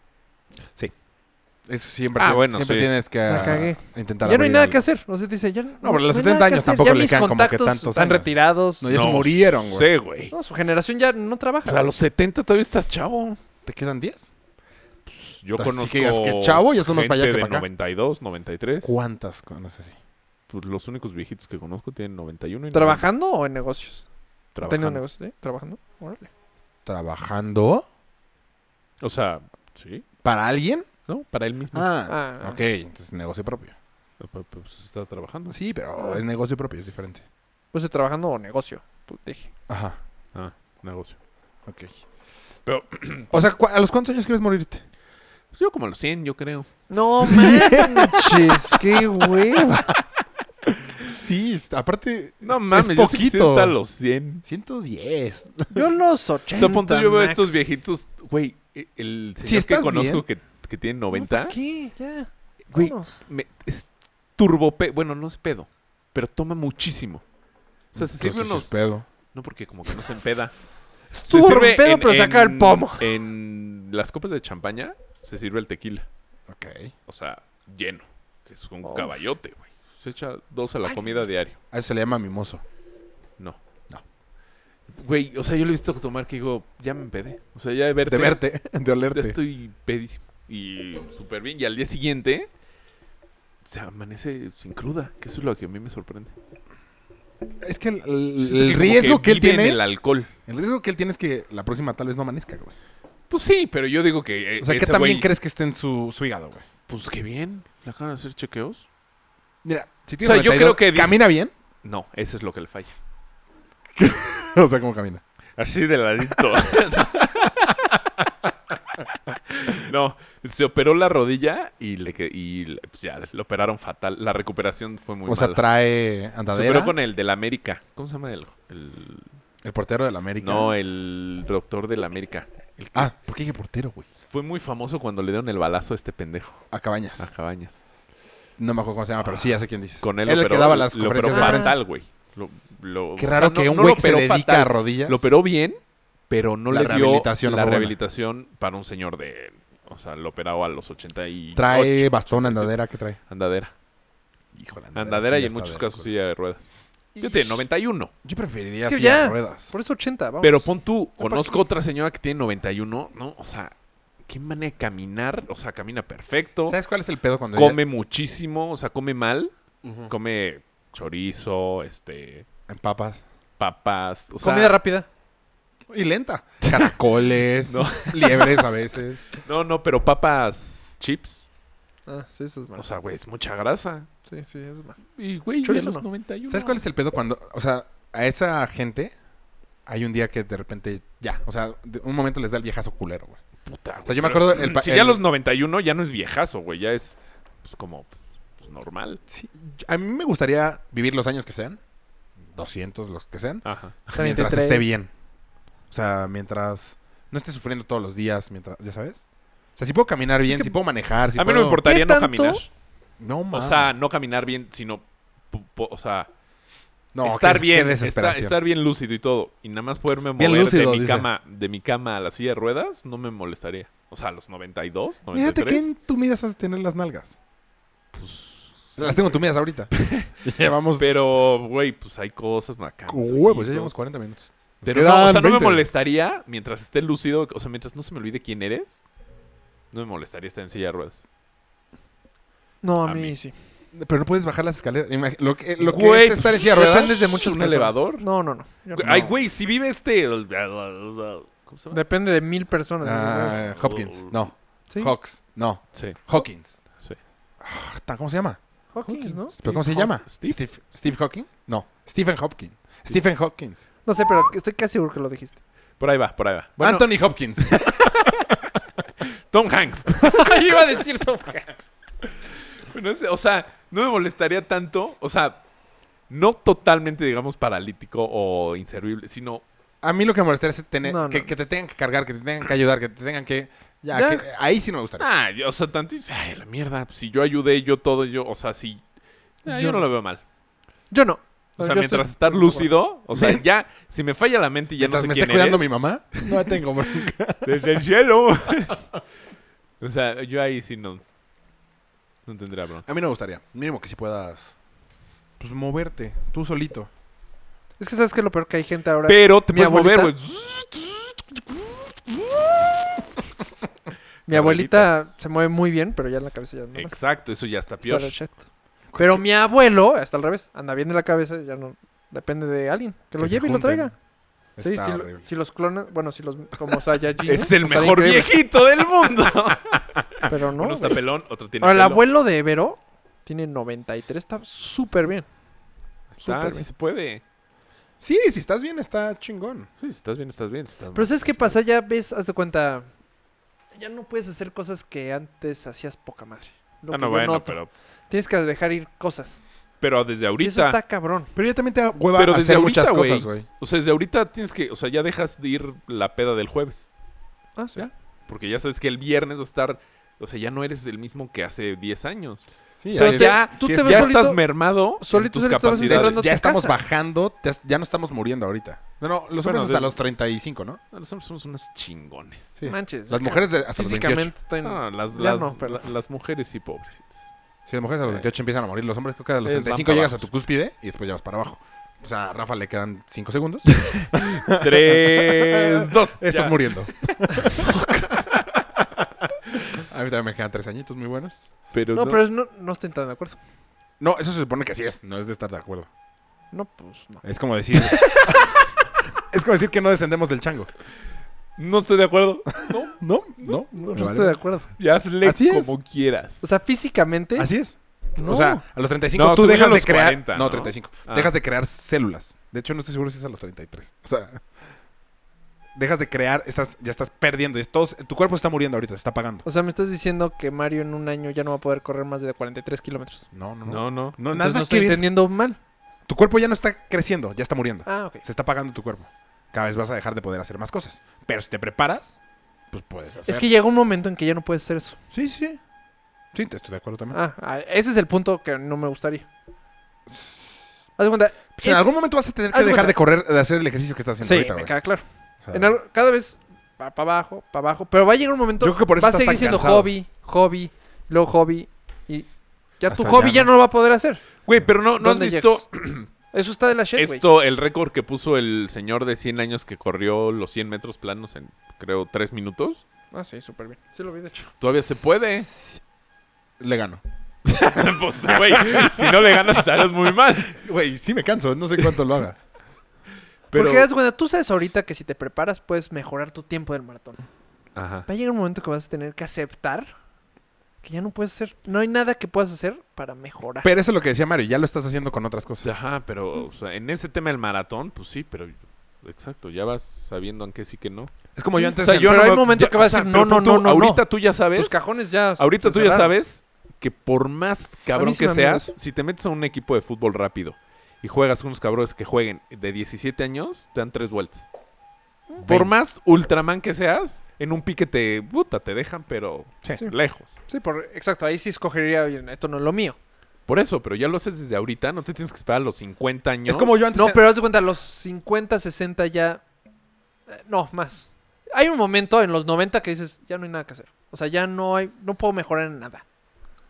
E: Eso siempre,
C: Ah,
E: tienes-
C: bueno,
E: siempre
C: sí.
E: tienes que
D: La
E: ah,
D: cagué.
E: intentar.
D: ya no hay
E: abrir
D: nada
E: algo.
D: que hacer. O sea, dice, ya no...
E: No, pero a los
D: no hay
E: 70
D: nada que
E: años
D: hacer.
E: tampoco
D: Ya
E: le
D: mis
E: caen como que
D: contactos
E: tantos
D: Están
E: años.
D: retirados.
E: No, ya se murieron, güey.
C: Sí, güey.
D: No, su generación ya no trabaja.
C: O sea, a los 70 todavía estás chavo. Pues
E: ¿Te quedan 10?
C: Yo
E: Así
C: conozco.
E: que digas que chavo, ya son más
C: gente
E: para allá que
C: de
E: para acá.
C: 92, 93.
E: ¿Cuántas conoces así?
C: Pues los únicos viejitos que conozco tienen 91 y
D: ¿Trabajando o en negocios? ¿Teniendo
C: Trabajando.
D: negocios? ¿sí? ¿Trabajando? Órale.
E: ¿Trabajando
C: O sea, sí.
E: para alguien?
C: ¿No? Para él mismo.
D: Ah.
E: ok. Entonces, negocio propio.
C: Pues pues, está trabajando.
E: Sí, pero es negocio propio, es diferente.
D: Pues
C: eh,
D: trabajando o negocio. Pues, dije.
E: Ajá,
C: Ah, negocio.
E: ok.
C: Pero-
E: o sea, ¿cu- ¿a los cuántos años quieres morirte?
C: Pues yo como a los 100, yo creo.
D: No manches, qué hueva.
E: Sí, es- aparte.
C: No
E: es-
C: mames,
E: es
C: yo sí quisiera
E: poquito.
C: estar a los 100.
E: 110.
D: Yo los
C: O
D: 80.
C: sea, pon tú, yo veo a
D: max.
C: estos viejitos. Güey, eh, el
E: Si
C: señor que
E: estás
C: conozco que, que tiene 90,
D: ¿Qué? Ya.
C: Güey.
D: vámonos.
C: me- es turbo pe- Bueno, no es pedo, pero toma muchísimo. O sea, se sirve
E: Entonces,
C: unos...
E: es pedo.
C: No, porque como que no se empeda. Se
D: Estuvo
C: sirve
D: rompedo,
C: en-
D: pero saca el
C: en-
D: pomo.
C: En las copas de champaña se sirve el tequila.
E: Ok.
C: O sea, lleno. Que es un
D: Uf.
C: caballote, güey. Se echa dos a la comida diario.
E: A eso se le llama mimoso.
C: No.
E: No.
C: Güey, o sea, yo lo he visto tomar que digo, ya me empedé. O sea, ya de verte.
E: De verte, de
C: Ya
E: olerte.
C: estoy pedísimo. Y súper bien. Y al día siguiente se amanece sin cruda. Que eso es lo que a mí me sorprende.
E: Es que el, el-
C: Siento
E: el
C: como
E: riesgo que él
C: vive en
E: tiene.
C: el alcohol.
E: El riesgo que él tiene es que la próxima tal vez no amanezca, güey.
C: Pues sí, pero yo digo que. eh,
E: O sea, ¿qué
C: ese
E: también
C: güey,
E: crees que esté en su, su hígado, güey?
C: Pues qué bien. ¿Le acaban de hacer chequeos?
E: Mira, si
C: tiene O sea, yo 92, creo que dice-
E: ¿Camina bien?
C: No, eso es lo que le falla.
E: o sea, ¿cómo camina?
C: Así de ladito. no, se operó la rodilla y le que- y le- pues ya le operaron fatal. La recuperación fue muy
E: o sea,
C: mala.
E: trae
C: Se
E: andadera.
C: operó con el del América. ¿Cómo se llama el, el-
E: El portero del América.
C: No, eh. el doctor del América. El que
E: Ah, ¿por qué qué portero, güey?
C: fue muy famoso cuando le dieron el balazo a este pendejo,
E: A Cabañas.
C: a Cabañas.
E: No me acuerdo cómo se llama, pero sí, ya sé quién dices.
C: Ah. Con él,
E: Era el que
C: operó-
E: daba las
C: lo operó
E: conferencias de prensa.
C: fatal, güey. Lo- lo-
E: Qué
C: o sea,
E: raro
C: no-
E: que un
C: no lo
E: güey que se
C: operó
E: dedica
C: fatal.
E: a rodillas.
C: Lo operó bien, pero no
E: La
C: le dio
E: rehabilitación no
C: la
E: fue buena.
C: rehabilitación para un señor de... O sea, lo operó a los 88.
E: Trae bastón,
C: 87.
E: andadera, ¿qué trae?
C: Andadera.
E: Híjole,
C: Andadera y
E: sí,
C: en
E: ya está
C: muchos
E: de
C: casos
E: acuerdo.
C: silla de ruedas. Yo tengo 91.
E: Yo preferiría
D: Es que
E: silla de
D: ya.
E: ruedas.
D: Por eso 80, vamos.
C: Pero pon tú,
D: ¿para
C: conozco
D: qué?
C: otra señora que tiene 91, ¿no? O sea, qué manera de caminar. O sea, camina perfecto.
E: ¿Sabes cuál es el pedo cuando
C: Come muchísimo, o sea, come mal.
E: ya- Ujú.
C: Come chorizo, este,
E: En papas.
C: papas. O sea,
D: Comida rápida.
E: Y lenta. Caracoles,
C: No.
E: liebres a veces.
C: No, no, pero papas chips.
D: Ah, sí, eso es malo.
C: O sea, güey, es mucha grasa.
D: sí, sí, eso es malo.
C: Y, güey,
D: Chorizo
C: a los
D: no.
C: 91.
E: ¿Sabes cuál es el pedo cuando, o sea, a esa gente hay un día que de repente ya, o sea, de un momento les da el viejazo culero, güey.
C: Puta,
E: O sea, yo me
C: pero-
E: acuerdo el pa-
C: si ya
E: el-
C: los 91 ya no es viejazo, güey. Ya es pues, como pues, normal.
E: Sí, a mí me gustaría vivir los años que sean, 200 los que sean,
C: Ajá.
E: mientras
D: 33.
E: esté bien. O sea, mientras no esté sufriendo todos los días, mientras, ya sabes. O sea, si puedo caminar bien,
C: que
E: si puedo manejar, si
C: a mí no
E: puedo-
C: me importaría
D: ¿Qué
C: no
D: tanto?
C: caminar.
E: No,
C: O
E: mames.
C: sea, no caminar bien, sino. pu- pu- O sea,
E: No,
C: estar
E: qué- qué
C: bien, esta-
E: desesperación.
C: estar bien lúcido y todo. Y nada más poderme
E: Bien
C: mover
E: lúcido,
C: de, mi
E: dice.
C: cama, de mi cama a la silla de ruedas, no me molestaría. O sea, a los 92,
E: Fíjate
C: 93.
E: que entumidas has de tener las nalgas.
C: pues,
E: Las tengo entumidas ahorita. Llevamos
C: Pero, güey, pues hay cosas macanas.
E: huevos, pues ya
C: ojitos.
E: llevamos 40 minutos. Nos
C: Pero no, o
E: quedan
C: sea, no me
E: 20.
C: molestaría mientras esté lúcido, o sea, mientras no se me olvide quién eres, no me molestaría estar en silla de ruedas.
D: No, a,
C: A
D: mí,
C: mí.
D: sí.
E: Pero no puedes bajar las escaleras. Imag- Lo que, lo que
C: Güey,
E: es estar en silla de ruedas.
D: Dependes de muchos
C: ¿Un elevador?
D: No, no, no. Yo no.
C: Ay, güey, si vive este. ¿Cómo se llama?
D: Depende de mil personas. ese
E: Ah, Hopkins, no.
D: Sí.
E: Hawks, no.
C: Sí,
E: Hawkins.
C: sí.
E: Puta, ¿Cómo se llama?
D: güey. Hawkins, ¿no?
E: ¿Pero cómo se
C: Haw-
E: llama?
C: Steve.
E: Steve Hawking? No. Stephen Hopkins. Stephen Hawkins.
D: No sé, pero estoy casi seguro que lo dijiste.
C: Por ahí va, por ahí va.
E: Anthony Hopkins.
C: Tom Hanks.
D: Iba a decir Tom Hanks.
C: Bueno, es- o sea, no me molestaría tanto. O sea, no totalmente, digamos, paralítico o inservible, sino.
E: A mí lo que me molestaría es tener,
D: No, no.
E: que, que te tengan que cargar, que te tengan que ayudar, que te tengan que... ya,
D: Ya.
E: que- ahí sí no me gustaría.
C: Ah, yo, o sea, tanto. Ay, la mierda. pues, Si yo ayudé, yo todo, yo. O sea, si. ah, yo
D: Yo
C: no
D: no.
C: lo veo mal.
D: Yo no.
C: O
D: No,
C: sea,
D: yo
C: mientras
D: estoy-
C: estar lúcido, o sea, ya, si me falla la mente y ya no
E: Mientras
C: sé
E: me
C: quién
E: esté cuidando mi
C: eres,
E: mamá, no tengo
C: Desde el cielo. o sea, yo ahí sí no. No tendría bronca.
E: A mí no me gustaría. Mínimo que si puedas. Pues moverte, tú solito.
D: Es que sabes que lo peor que hay gente ahora.
C: Pero te
D: mi
C: puedes mover, güey.
D: abuelita- mi abuelita se mueve muy bien, pero ya en la cabeza ya no. más.
C: Exacto, eso ya está
D: Esa
C: peor.
D: era shit. Pero mi abuelo, hasta al revés, anda bien de la cabeza, ya no. Depende de alguien. Que lo
E: se
D: lleve y lo
E: junten.
D: traiga. Sí,
E: Está
D: si, lo-
E: horrible.
D: si los clones, bueno, si los como Saiyajin.
C: Es el
D: estaría
C: mejor
D: increíble,
C: viejito del mundo.
D: Pero no.
C: Uno está
D: güey.
C: pelón, otro tiene
D: Ahora, el
C: pelo.
D: abuelo de Vero tiene 93, está súper bien.
C: Está,
D: Súper
C: sí
D: bien.
C: se puede.
E: Sí, si estás bien, está chingón.
C: Sí, si estás bien, estás bien. si estás
D: Pero
C: mal,
D: ¿sabes qué
C: estás
D: pasa? Ya ves, haz de cuenta. Ya no puedes hacer cosas que antes hacías poca madre. Lo
C: mal.
D: que
C: Ah, no,
D: yo
C: bueno,
D: noto.
C: pero,
D: Tienes que dejar ir cosas.
C: pero desde
D: Y eso
C: ahorita.
D: está cabrón.
E: Pero ya también te da hueva
C: Pero desde
E: hacer muchas
C: ahorita,
E: cosas, güey.
C: O sea, desde ahorita tienes que. O sea, ya dejas de ir la peda del jueves.
D: Ah, sí.
C: Ya. Porque ya sabes que el viernes va a estar. O sea, ya no eres el mismo que hace 10 años.
E: Sí,
C: O sea,
E: hay-
C: ya,
D: tú
E: que
D: te
E: es-
D: ves
C: ya
D: solito-
C: estás mermado.
D: solito, solito
C: en tus
D: te vas
E: De
C: capacidades.
E: hecho,
D: encerrando
E: ya
D: tu
E: estamos
D: casa.
E: bajando, te has- ya no estamos muriendo ahorita. No, no, los hombres
C: Bueno,
E: hasta
C: desde-
E: los 35, ¿no?
C: No, Nosotros somos unos chingones.
E: Sí.
D: Manches.
E: Las
D: ya.
E: mujeres de- hasta los 28.
D: Físicamente estoy en-
C: No, las,
D: Ya
C: las-
D: no, pero-
C: la- las mujeres sí, pobrecitas.
E: Sí, las mujeres a los
C: Eh.
E: 28 empiezan a morir. Los hombres creo que a los
C: Les van
E: 35
C: para
E: llegas a
C: abajo.
E: tu cúspide y después ya vas para abajo. O sea, a Rafa le quedan 5 segundos.
C: Tres, dos.
E: Estás
C: ya.
E: muriendo. a mí también me quedan 3 añitos muy buenos.
C: Pero
D: No,
C: no-
D: pero es- no, no estoy tan de acuerdo.
E: No, eso se supone que así es. No es de estar de acuerdo.
D: No, pues no.
E: Es como decir... es como decir que no descendemos del chango.
C: no estoy de acuerdo.
E: No, no.
D: No,
E: me
D: no
E: vale.
D: estoy de acuerdo.
C: Ya hazle
E: Así es.
C: como quieras.
D: O sea, físicamente.
E: Así es.
D: Pues, no.
E: O sea, a los 35
C: No,
E: tú
C: según yo
E: dejas
C: a
E: de
C: los
E: crear...
C: 40,
E: no,
C: ¿no?
E: 35.
C: Ah.
E: Dejas de crear células. De hecho, no estoy seguro si es a los 33. O sea... Dejas de crear, estás, ya estás perdiendo. y es todo- tu cuerpo está muriendo ahorita, se está apagando.
D: O sea, me estás diciendo que Mario en un año ya no va a poder correr más de 43 kilómetros.
E: No, no, no.
C: no, no.
E: No,
D: Entonces
E: nada
D: no
E: que
D: estoy
E: ver.
D: entendiendo mal.
E: Tu cuerpo ya no está creciendo, ya está muriendo.
D: Ah, ok.
E: Se está apagando tu cuerpo. Cada vez vas a dejar de poder hacer más cosas. Pero si te preparas, pues puedes hacer.
D: Es que llega un momento en que ya no puedes hacer eso.
E: Sí, sí. Sí, te estoy de acuerdo también.
D: Ah, ah, ese es el punto que no me gustaría. Haz de cuenta.
E: Pues en
D: es-
E: algún momento vas a tener que
D: haz de
E: dejar de
D: cuenta.
E: correr, de hacer el ejercicio que estás haciendo
D: Sí,
E: ahorita,
D: me
E: güey.
D: queda claro.
E: O sea,
D: En algo- cada vez para abajo, para abajo. Pero va a llegar un momento.
E: Yo creo que por eso
D: va a
E: estás
D: seguir
E: tan
D: siendo
E: cansado.
D: hobby, hobby, luego hobby. Y ya tu
E: Hasta
D: hobby
E: ya,
D: ya no
E: ¿no?
D: lo va a poder hacer.
C: Güey, pero no, no has
D: ¿Dónde
C: visto
D: Eso está de la shit, güey.
C: esto, el récord que puso el señor de 100 años que corrió los 100 metros planos en, creo, 3 minutos.
D: Ah, sí, súper bien. Sí lo vi, de hecho.
C: Todavía se puede.
E: Le gano.
C: Pues, güey, si no le ganas, estarás muy mal.
E: Güey, sí me canso, no sé cuánto lo haga.
C: Pero...
D: Porque haz de cuenta, tú sabes ahorita que si te preparas puedes mejorar tu tiempo del maratón.
C: Ajá.
D: Va a llegar un momento que vas a tener que aceptar que ya no puedes hacer, no hay nada que puedas hacer para mejorar.
E: Pero eso es lo que decía Mario, ya lo estás haciendo con otras cosas.
C: Ajá, pero o sea, en ese tema del maratón, pues sí, pero exacto, ya vas sabiendo en qué sí que no.
E: Es como yo antes...
C: O sea,
E: en-
C: yo
D: pero hay
C: me-
D: momento
C: yo-
D: que vas a
C: o sea,
D: decir,
C: pero
D: no, no,
C: tú-
D: no, no,
C: Ahorita
D: no.
C: tú ya sabes.
D: Tus cajones ya.
C: Ahorita
D: se
C: tú ya
D: cerraron.
C: sabes que por más cabrón
D: sí
C: que
D: me
C: seas,
D: amigas.
C: si te metes a un equipo de fútbol rápido y juegas con unos cabrones que jueguen de 17 años, te dan tres vueltas. Por
E: Ven.
C: más Ultraman que seas, en un pique te, puta, te dejan, pero
E: Sí.
C: lejos.
D: Sí, por, exacto, ahí sí escogería, bien, esto no es lo mío.
C: Por eso, pero ya lo haces desde ahorita, no te tienes que esperar a los 50 años.
E: Es como yo antes...
D: No,
E: en-
D: pero haz de cuenta, los 50, 60 ya. eh, No, más. Hay un momento en los 90 que dices, ya no hay nada que hacer. O sea, ya no hay, no puedo mejorar en nada.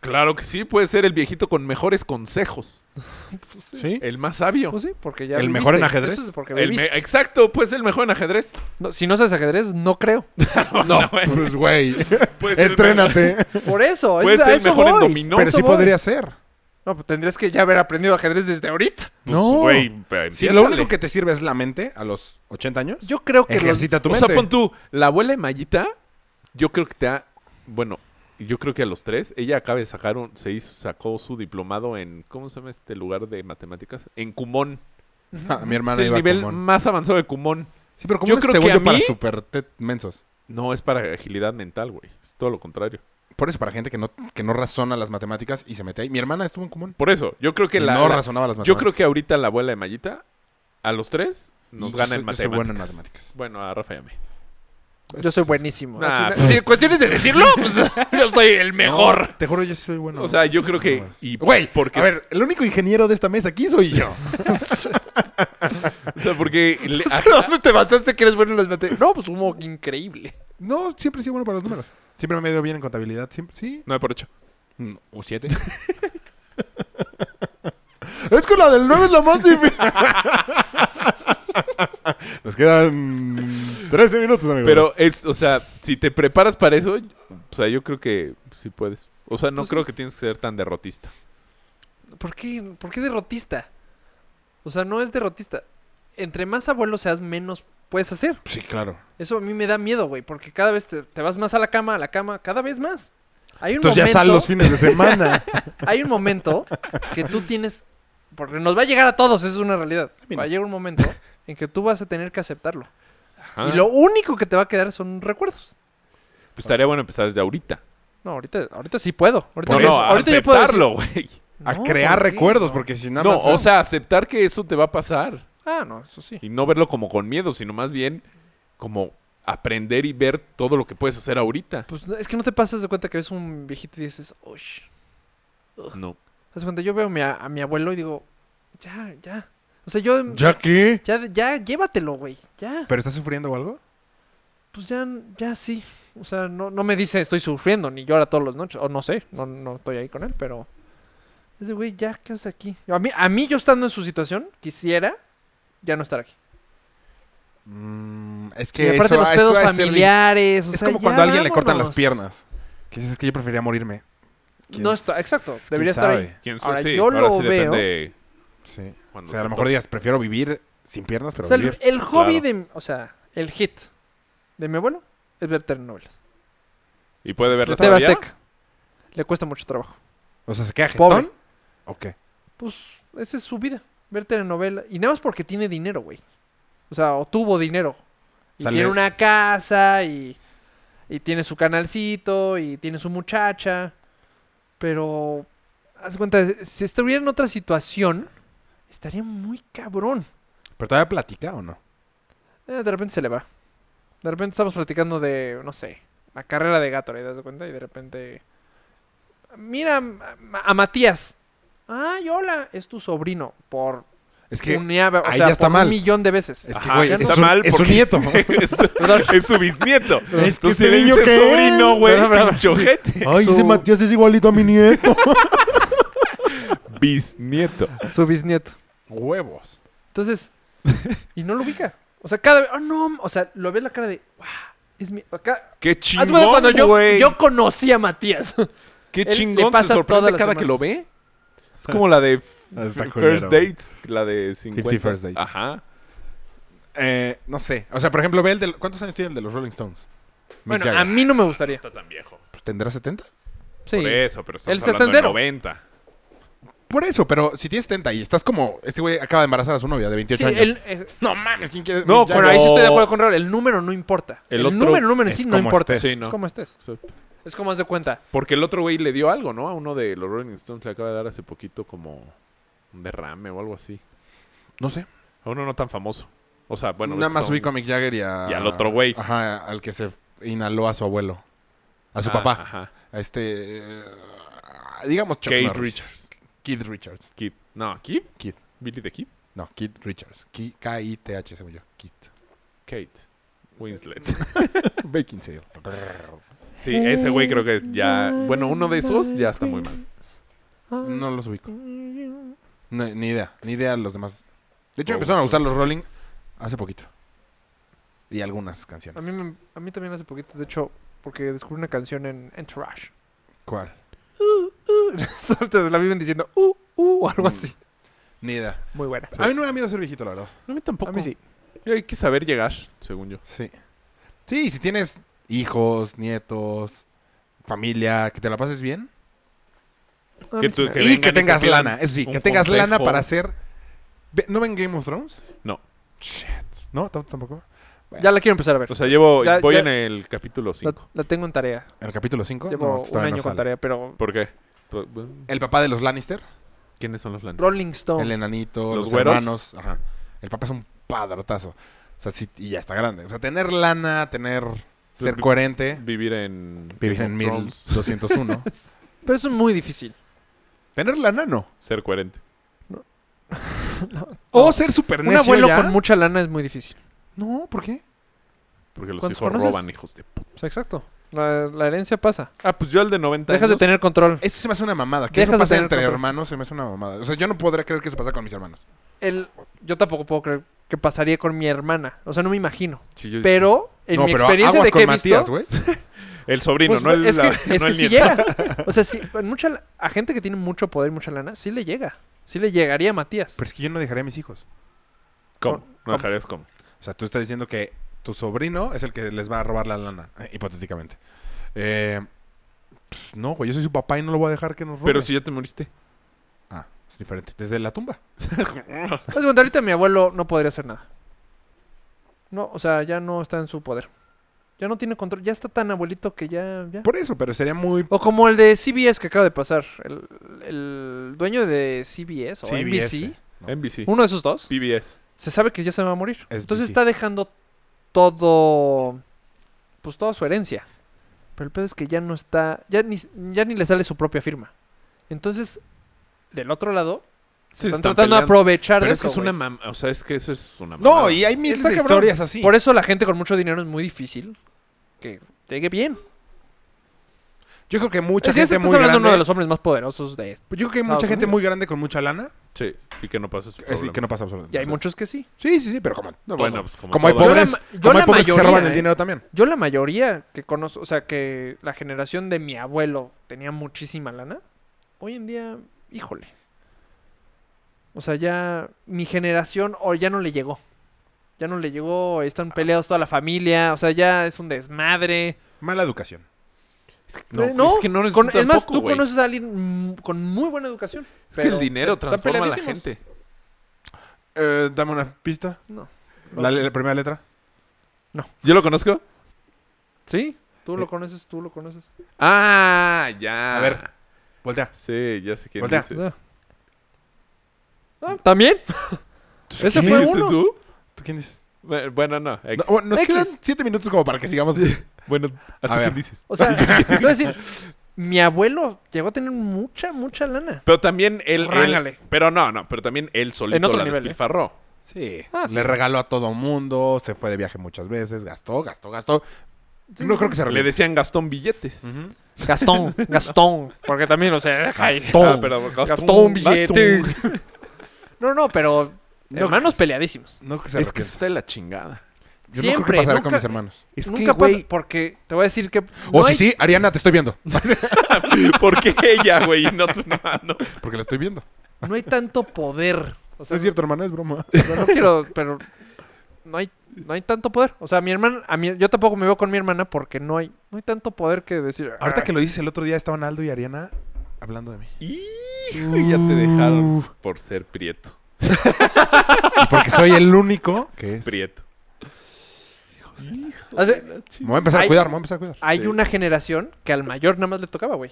C: Claro que sí, puede ser el viejito con mejores consejos,
E: Sí.
C: el más sabio.
D: Pues sí, porque ya.
E: ¿El mejor en ajedrez?
D: Eso es porque
C: El me-
D: viviste.
C: exacto, puede ser el mejor en ajedrez.
D: No, si no sabes ajedrez, no creo.
E: No,
C: güey.
E: pues güey.
C: Puede ser el
E: Entrénate.
D: Por eso,
C: Puede
D: es,
C: ser
D: a
C: el
D: eso
C: mejor en
D: voy.
C: dominó.
E: pero
D: eso
E: sí
D: voy.
E: podría ser.
D: No, pues tendrías que ya haber aprendido ajedrez desde ahorita.
C: Pues,
E: No.
C: güey, pero
E: Si lo único
C: empiézale.
E: que te sirve es la mente a los 80 años,
D: Yo creo que los,
E: ejercita tu
C: o
E: mente.
C: sea, pon tú, la abuela de Mayita, yo creo que te ha... Bueno, yo creo que a los tres, ella acaba de sacar un... Se hizo, sacó su diplomado en... ¿Cómo se llama este lugar de matemáticas? En Cumón.
E: Ah, mi
C: Es
E: hermana
C: el
E: iba a
C: nivel
E: Kumon.
C: más avanzado de Cumón.
E: Sí, pero como
C: yo
E: yo
C: creo que
E: creo que
C: a
E: para
C: mí-
E: super te- mensos.
C: No, es para agilidad mental, güey. Es todo lo contrario.
E: Por eso, para gente que no, que no razona las matemáticas y se mete ahí. Mi hermana estuvo en común.
C: Por eso, yo creo que la...
E: no
C: la-
E: razonaba las
C: yo
E: matemáticas.
C: creo que ahorita la abuela de Mayita, a los tres, nos
E: Y
C: gana
E: yo
C: en
E: soy- yo soy
C: matemáticas.
E: bueno en
C: Bueno, a Rafa y a mí. pues.
D: Yo soy buenísimo.
C: Nah,
D: Así,
C: pues-
D: sí, cuestiones de decirlo, pues yo soy el mejor.
E: No, te juro, yo sí soy bueno.
C: O sea, yo creo que...
E: No, es-
C: y-
E: Güey,
C: porque
E: a ver, el único ingeniero de esta mesa aquí soy yo.
C: O sea, porque... le-
D: ¿Dónde te basaste que eres bueno en las matemáticas? No, pues humo increíble.
E: no, siempre sí bueno para los números. Siempre me he ido bien en contabilidad. Siempre, sí.
C: No, por ocho.
E: Mm, O siete. es que la del 9 es la más difícil. Nos quedan 13 minutos, amigos.
C: Pero es, o sea, si te preparas para eso, o sea, yo creo que sí puedes. O sea, no
D: Pues
C: creo que tienes que ser tan derrotista.
D: ¿Por qué, ¿Por qué derrotista? O sea, no es derrotista. Entre más abuelo seas, menos puedes hacer.
E: Sí, claro.
D: Eso a mí me da miedo, güey, porque cada vez te, te vas más a la cama, a la cama, cada vez más. Hay un
E: Entonces ya
D: momento,
E: sal los fines de semana.
D: hay un momento que tú tienes, porque nos va a llegar a todos, eso es una realidad.
E: mí no.
D: Va a llegar un momento en que tú vas a tener que aceptarlo.
C: Ajá.
D: Y lo único que te va a quedar son recuerdos.
C: Pues estaría bueno empezar desde ahorita.
D: No, ahorita, ahorita sí puedo. Ahorita,
C: No,
D: yo-
C: no,
D: ahorita yo puedo decir-
C: aceptarlo, güey.
E: a
D: No,
E: crear
D: ¿por qué?
E: recuerdos, porque si nada
C: No,
E: más.
C: o sea, aceptar que eso te va a pasar.
D: Ah, no, eso sí.
C: Y no verlo como con miedo, sino más bien como aprender y ver todo lo que puedes hacer ahorita.
D: Pues no, es que no te pasas de cuenta que ves un viejito y dices, uy.
C: No.
D: Haz de cuenta, yo veo a mi, a, mi abuelo y digo, ya, ya. O sea, yo. Ya,
E: ¿Ya qué?
D: ya, llévatelo, güey. Ya.
E: ¿Pero estás sufriendo o algo?
D: Pues ya, ya sí. O sea, no, no me dice estoy sufriendo, ni llora todas las noches. O no sé, no, no estoy ahí con él, pero. Es de, güey, ya, ¿qué haces aquí? A mí, a mí, yo estando en su situación, quisiera ya no estar aquí.
E: Mm, es
D: y
E: que
D: aparte
E: eso-
D: los
E: ah, eso
D: pedos
E: ha de ser ri-
D: familiares. o
E: Es
D: sea,
E: como
D: ya
E: cuando a alguien le cortan las
D: vámonos.
E: piernas. Que dices "Es que yo prefería morirme. ¿Quién
D: No está, exacto.
E: s-
D: Debería
E: quién
D: estar ahí.
E: sabe?
C: ¿Quién
D: sabe? Ahora, yo lo veo.
C: depende
E: Sí.
C: cuando
E: O sea, a
C: te
E: lo mejor
C: toque.
E: digas, prefiero vivir sin piernas, pero
D: O sea, el,
E: vivir.
D: el hobby
C: Claro.
D: de. O sea, el hit de mi abuelo es ver telenovelas.
C: Y puede verlo
D: De TV
C: todavía.
D: ¿Este Azteca. Le cuesta mucho trabajo.
E: O sea, ¿se queda
D: Pobre.
E: jetón? ¿O qué?
D: Pues esa es su vida. Ver telenovelas. Y nada más porque tiene dinero, güey. O sea, o tuvo dinero. Y
E: Sale-
D: tiene una casa y. Y tiene su canalcito y tiene su muchacha. Pero. Haz cuenta, si estuviera en otra situación, estaría muy cabrón.
E: ¿Pero todavía platica o no?
D: Eh, de repente se le va. De repente estamos platicando de, no sé, la carrera de Gatorade, ¿te das cuenta? Y de repente... Mira a, a Matías. Ay, hola, es tu sobrino. Por
E: Es que
D: un, nia- o
E: ahí
D: sea,
E: ya está
D: por
E: mal.
D: un millón de veces.
E: Es que,
C: Ajá,
E: güey,
D: ya
E: es,
D: no-
C: está
E: un-
C: mal
E: es un
C: porque-
E: nieto.
C: es, es su bisnieto.
E: Es que
C: Tú
E: este
C: sí le
E: niño
C: dices
E: qué
C: sobrino,
E: es.
C: güey.
E: Pero, pero,
C: pinche ojete.
E: Ay,
D: Su-
E: es igualito a mi nieto.
C: Bisnieto.
D: Su bisnieto.
E: Huevos.
D: Entonces, y no lo ubica. O sea, cada vez... Oh, no, o sea, lo ves la cara de... "Guau, Es mi... Acá...
C: Qué
D: Haz de cuenta
C: chingón,
D: Ah, cuando yo,
C: güey.
D: yo conocí a Matías.
C: Qué
D: él le
C: chingón se
D: pasa
C: sorprende
D: todas las
C: cada que lo
D: semanas.
C: ve. Es como la de f-
E: Ah, Está
C: First
E: culero.
C: Dates, la de 50.
E: 50 First Dates.
C: Ajá.
E: Eh, no sé. O sea, por ejemplo, ve el de... ¿Cuántos años tiene el de los Rolling Stones? Mick
D: Bueno, a
E: Jagger.
D: mí no me gustaría.
C: tan viejo.
E: Pues, ¿Tendrá 70?
D: Sí.
C: Por eso, pero estamos
D: El
C: hablando de
D: sestentero.
C: 90.
E: Por eso, pero si tienes 70 y estás como. Este güey acaba de embarazar a su novia de 28
D: Sí,
E: años.
D: el- eh,
E: No mames, ¿quién quiere?
C: No,
D: bueno,
E: Ya,
C: pero-
D: ahí sí estoy de acuerdo con Raúl. El número no importa.
C: El
D: El,
C: otro
D: número, número en sí
E: es
D: no
E: como
D: importa.
E: estés.
C: Sí, no.
D: Es como estés.
C: Exacto.
D: Es como haz de cuenta.
C: Porque el otro güey le dio algo, ¿no? A uno de los Rolling Stones le acaba de dar hace poquito como un derrame o algo así.
E: No sé.
C: A uno no tan famoso. O sea, bueno.
E: Nada
C: estos
E: más
C: son-
E: ubico a Mick Jagger y a-
C: y al otro güey.
E: Ajá, al que se inhaló a su abuelo. A su
C: Ah,
E: papá.
C: Ajá.
E: A este. eh, digamos Chuck
C: Keith
E: Norris.
C: Richards.
E: Keith Richards.
C: Kid. No, Kid.
E: Kid.
C: Billy the Kid.
E: No, Keith Richards. Ki- K-I-T-H, según yo. Keith.
C: Kate. Winslet.
E: Baking sale.
C: Sí, ese güey creo que es ya. Bueno, uno de esos ya está muy mal.
D: Ah,
E: No los ubico. No, ni idea. Ni idea los demás. De hecho,
C: Oh,
E: me empezaron a
C: sí.
E: gustar los Rolling hace poquito. Y algunas
D: A
E: canciones.
D: mí, me- a mí también hace poquito, de hecho, porque descubrí una canción en Entourage.
E: ¿Cuál?
D: Te la viven diciendo uh, uh, o algo
E: Mm.
D: así.
E: Ni idea.
D: Muy buena.
E: A mí no me da miedo ser viejito, la verdad.
C: No, a mí tampoco.
D: A mí sí.
C: Y Hay que saber llegar, según yo.
E: Sí. Sí, si tienes hijos, nietos, familia, que te la pases bien.
D: A mí
C: Que
D: sí
C: tú-
D: me-
C: que-
E: y
C: vengan
E: que
C: y te
E: tengas
C: pidan
E: lana. Eso sí,
C: un
E: que tengas
C: consejo.
E: lana para hacer. Ve- ¿No ven Game of Thrones?
C: No.
E: Shit. ¿No? ¿Tamp- ¿Tampoco?
D: Ya la quiero empezar a ver.
C: O sea, llevo.
D: Ya-
C: voy
D: ya-
C: en el capítulo
D: La,
C: 5.
D: la tengo en tarea.
E: ¿En el capítulo 5?
D: Llevo un año con tarea, pero
C: ¿Por qué? Por-
E: El papá de los Lannister,
C: ¿Quiénes son los Lannister?
D: Rolling Stone.
E: el enanito,
C: Los
E: los,
C: güeros.
E: hermanos. Ajá. El papá es un padrotazo. O sea, sí, y ya está grande. O sea, tener lana, tener. ser
C: Vi-
E: coherente.
C: Vivir en.
E: Vivir
C: Game
E: en
C: of Thrones.
E: 1201.
D: Pero eso es muy difícil.
E: tener lana, no.
C: Ser coherente.
E: O ser super
D: Un abuelo con mucha lana es muy difícil.
E: No, ¿por qué?
C: Porque los hijos
D: ¿Cuántos conoces?
C: roban, hijos de puta.
D: O sea, exacto. La, la herencia pasa.
C: Ah, pues yo el de 90
D: Dejas de
C: años.
D: tener control.
E: Eso se me hace una mamada. Que
D: Dejas
E: eso
D: de
E: pase
D: tener
E: entre
D: control.
E: hermanos se me hace una mamada. O sea, yo no podría creer que eso pasa con mis hermanos.
D: El, yo tampoco puedo creer que pasaría con mi hermana. O sea, no me imagino.
C: Sí, yo-
D: Pero en
E: no,
D: mi experiencia de que he visto,
E: güey.
C: El sobrino,
D: pues,
C: no el.
D: es que,
C: la-
D: es que
C: no el
D: sí
C: nieto.
D: llega. O sea, sí, en mucha, la- a gente que tiene mucho poder, y mucha lana, sí le llega. Sí le llegaría a Matías.
E: Pero es que yo no dejaría a mis hijos.
D: Con-
C: ¿Cómo? No
D: con-
C: dejarías como.
E: O sea, tú estás diciendo que tu sobrino es el que les va a robar la lana, eh, hipotéticamente. Eh, pues, no, güey, yo soy su papá y no lo voy a dejar que nos robe.
C: Pero si ya te moriste.
E: Ah, es diferente. Desde la tumba.
D: Haz de cuenta, ahorita mi abuelo no podría hacer nada. No, o sea, ya no está en su poder. Ya no tiene control. Ya está tan abuelito que ya. ya.
E: Por eso, pero sería muy...
D: O como el de CBS que acaba de pasar. El, el dueño de CBS o
E: CBS.
D: NBC.
E: No.
C: NBC.
D: Uno de esos dos.
C: PBS.
D: Se sabe que ya se va a morir.
E: Es
D: Entonces
E: BC.
D: está dejando todo. Pues toda su herencia. Pero el pedo es que ya no está. Ya ni, ya ni le sale su propia firma. Entonces, del otro lado,
C: Sí,
D: están, tratando de
C: peleando.
D: aprovechar
C: Pero
D: de
C: es que
D: eso,
C: es una
D: güey.
C: mam... O sea, es que eso es una
E: No,
C: mamada.
E: y hay miles
D: Está
E: de
D: cabrón.
E: historias así.
D: Por e- eso la gente con mucho dinero es muy difícil que llegue bien.
E: Yo creo que mucha
D: Sí,
E: gente
D: estás
E: muy
D: hablando de
E: grande...
D: uno de los hombres más poderosos de este.
E: Yo creo que hay
D: Estados
E: mucha gente
D: Unidos.
E: muy grande con mucha lana.
C: Sí, y que no pasa eso.
E: Así que no pasa absolutamente
D: Y hay
E: nada.
D: muchos que sí.
E: Sí, sí, sí, pero como...
C: No,
E: todo.
C: bueno, pues como,
E: como, hay
C: todo.
D: pobre-
E: pobres,
D: Yo la ma- yo
E: como hay
D: la
E: pobres que se
D: mayoría,
E: roban el
D: ¿eh?
E: dinero también.
D: Yo la mayoría que conozco, o sea, que la generación de mi abuelo tenía muchísima lana, hoy en día, híjole. O sea, ya mi generación o ya no le llegó. Ya no le llegó, están peleados toda la familia, o sea, ya es un desmadre.
E: Mala educación.
C: No,
D: Eh, no,
C: es que no eres
D: Con-
C: tú
D: es más,
C: tampoco,
D: tú
C: güey.
D: conoces a alguien mm, con muy buena educación.
C: Es que el
D: pero
C: dinero
D: está
C: transforma a la
D: peleadísimos.
C: gente.
E: Eh, dame una pista.
D: No.
E: La, la primera letra.
C: ¿Yo lo conozco?
D: ¿Sí? Tú lo
E: Eh.
D: conoces, tú lo conoces.
C: Ah, ya.
E: A ver. Voltea.
C: Sí, ya sé quién
E: Voltea.
C: dices.
D: Ah. Ah, ¿También? Ese
E: ¿Quién
D: fue
E: dices?
C: ¿Dijiste
D: uno.
C: tú?
E: ¿Tú quién dices?
C: Bu- Bueno, no. ex.
E: No, bueno, nos
D: X.
E: quedan siete minutos como para que sigamos.
C: Bueno, ¿a
E: A
C: tú
E: ver.
C: quién dices?
D: O sea, te voy a decir, mi abuelo llegó a tener mucha, mucha lana.
C: Pero también él... él
D: Rángale.
C: pero no, no. Pero también él solito
D: En otro
C: la
D: nivel, ¿eh?
C: despilfarró.
E: Sí.
D: Ah, sí.
E: Le regaló a todo mundo, se fue de viaje muchas veces, gastó, gastó, gastó. No creo que se
C: Le
E: arrepienta.
C: decían Gastón Billetes.
E: Ujú.
D: Gastón, Gastón. Porque también, o sea, ay,
C: Ah,
E: Gastó.
C: pero Gastón,
D: Gastón, billete.
C: Gastón.
D: No, no, pero
E: No,
D: hermanos peleadísimos.
E: No creo que se
C: Es que
E: arrepienta.
C: está de la chingada.
E: Yo no creo
D: siempre,
E: que pasará con
D: nunca-
E: mis hermanos.
C: Es
D: Nunca pasa, porque te voy a decir que.
E: O
D: no
E: si
D: hay-
E: Oh, sí, Ariana, te estoy viendo.
C: ¿Por qué ella, güey? Y no tu hermano.
E: Porque la estoy viendo.
D: No hay tanto poder. O
E: No
D: sea,
E: es cierto, hermana, es broma.
D: no quiero, pero no hay No hay tanto poder. O sea, mi hermana, a mi, yo tampoco me veo con mi hermana porque no hay, no hay tanto poder que decir. "Ah,
E: Ahorita que lo dices, el otro día estaban Aldo y Ariana hablando de mí.
C: Hijo, ya te dejaron por ser prieto.
E: Y porque soy el único que es.
C: Prieto.
D: "Ah". Hace-
E: Me voy a empezar a
D: Ay.
E: cuidar, me voy a empezar a cuidar.
D: hay
C: Sí.
D: una generación que al mayor nada más le tocaba, güey.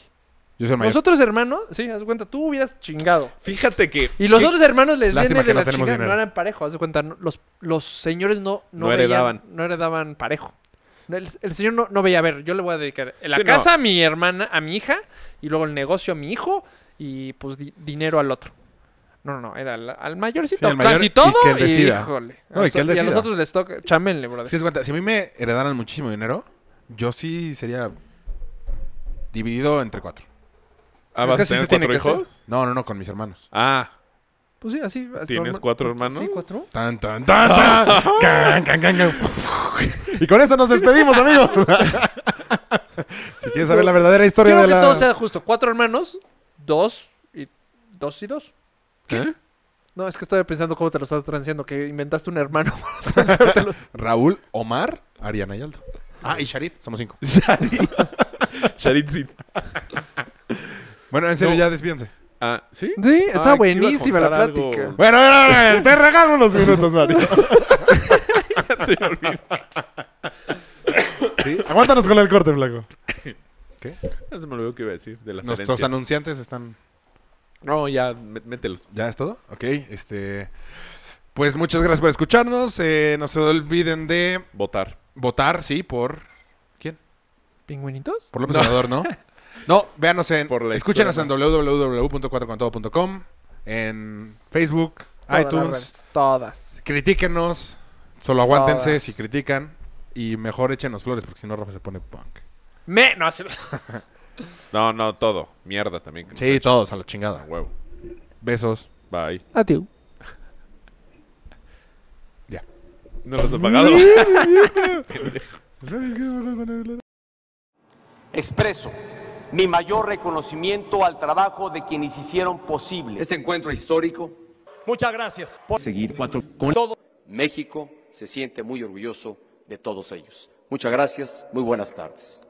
E: Yo soy el mayor.
D: Nosotros hermanos, sí, haz de cuenta, tú hubieras chingado.
C: Fíjate que.
D: Y los
C: que
D: otros hermanos les
E: Lástima
D: viene
E: que
D: de
E: no
D: la
E: tenemos
D: chingada, no
E: dinero.
D: eran parejo, haz de cuenta, no- los, los señores no, no,
C: No
D: veían-
C: heredaban.
D: no heredaban parejo. No, El, el señor no, no veía, a ver, yo le voy a dedicar la
C: Sí, no.
D: casa a mi hermana, a mi hija, y luego el negocio a mi hijo, y pues di- dinero al otro. No, no, no, era al, al mayorcito,
E: Sí, el mayor
D: casi
E: y
D: todo,
E: que él
D: y,
E: decida.
D: híjole.
E: No, y que él
D: a
E: decida.
D: nosotros les toca, chámenle, brother.
E: Es que haz de cuenta, si a mí me heredaran muchísimo dinero, yo sí sería dividido entre cuatro.
C: Ah,
D: Es
C: ¿vas
D: que
C: a
D: así se
C: tener
D: tiene
C: cuatro
D: que hacer.
C: hijos?
E: No, no, no, con mis hermanos.
C: Ah,
D: Pues sí, así. así
C: ¿Tienes
D: normal.
C: cuatro hermanos?
D: Sí, cuatro.
E: Tan, tan, tan, tan. Can, can, can, can. Y con eso nos despedimos, amigos. si quieres saber la verdadera historia
D: Quiero
E: de
D: que
E: la...
D: todo sea justo. Cuatro hermanos, dos y dos y dos. ¿Eh?
E: ¿Qué?
D: No, es que estaba pensando cómo te lo estás transiciendo, que inventaste un hermano para transártelos.
E: Raúl, Omar, Ariana y Aldo. Ah, y Sharif. Somos cinco.
C: Charitzi.
E: Bueno, en serio,
C: No.
E: ya despídense.
C: Ah, ¿sí?
D: Sí,
C: Ah, que iba
D: está
C: a
D: buenísima la
C: contar algo.
D: plática.
E: Bueno, bueno, bueno, te regalo unos minutos, Mario.
C: Se me olvidó.
E: Aguántanos con el corte, flaco.
C: Ya se me olvidó que iba a decir de las
E: Nuestros
C: herencias.
E: anunciantes están...
C: No, ya, mé- mételos.
E: ¿Ya es todo? Ok, este... Pues muchas gracias por escucharnos. Eh, no se olviden de
C: Votar.
E: votar, sí, por... ¿Quién?
D: ¿Pingüinitos?
E: Por López Obrador, ¿no? No, véanos en...
C: Por la
E: escúchenos en
C: historia
E: www.cuatrocontodo.com en Facebook,
D: Todas las
E: iTunes.
D: redes, Todas.
E: Critíquenos. Solo aguántense
D: Todas.
E: si critican. Y mejor échenos flores porque si no Rafa se pone punk.
D: Me, no, así-
C: No, no, todo. Mierda también. que
E: Sí, todos a la
C: nos- a
E: chingada.
C: huevo.
E: Besos.
C: Bye.
D: Adiós.
C: No los he pagado.
F: Expreso mi mayor reconocimiento al trabajo de quienes hicieron posible
G: Este encuentro histórico,
A: Muchas gracias.
G: seguir cuatro con todo. México se siente muy orgulloso de todos ellos. Muchas gracias, muy buenas tardes.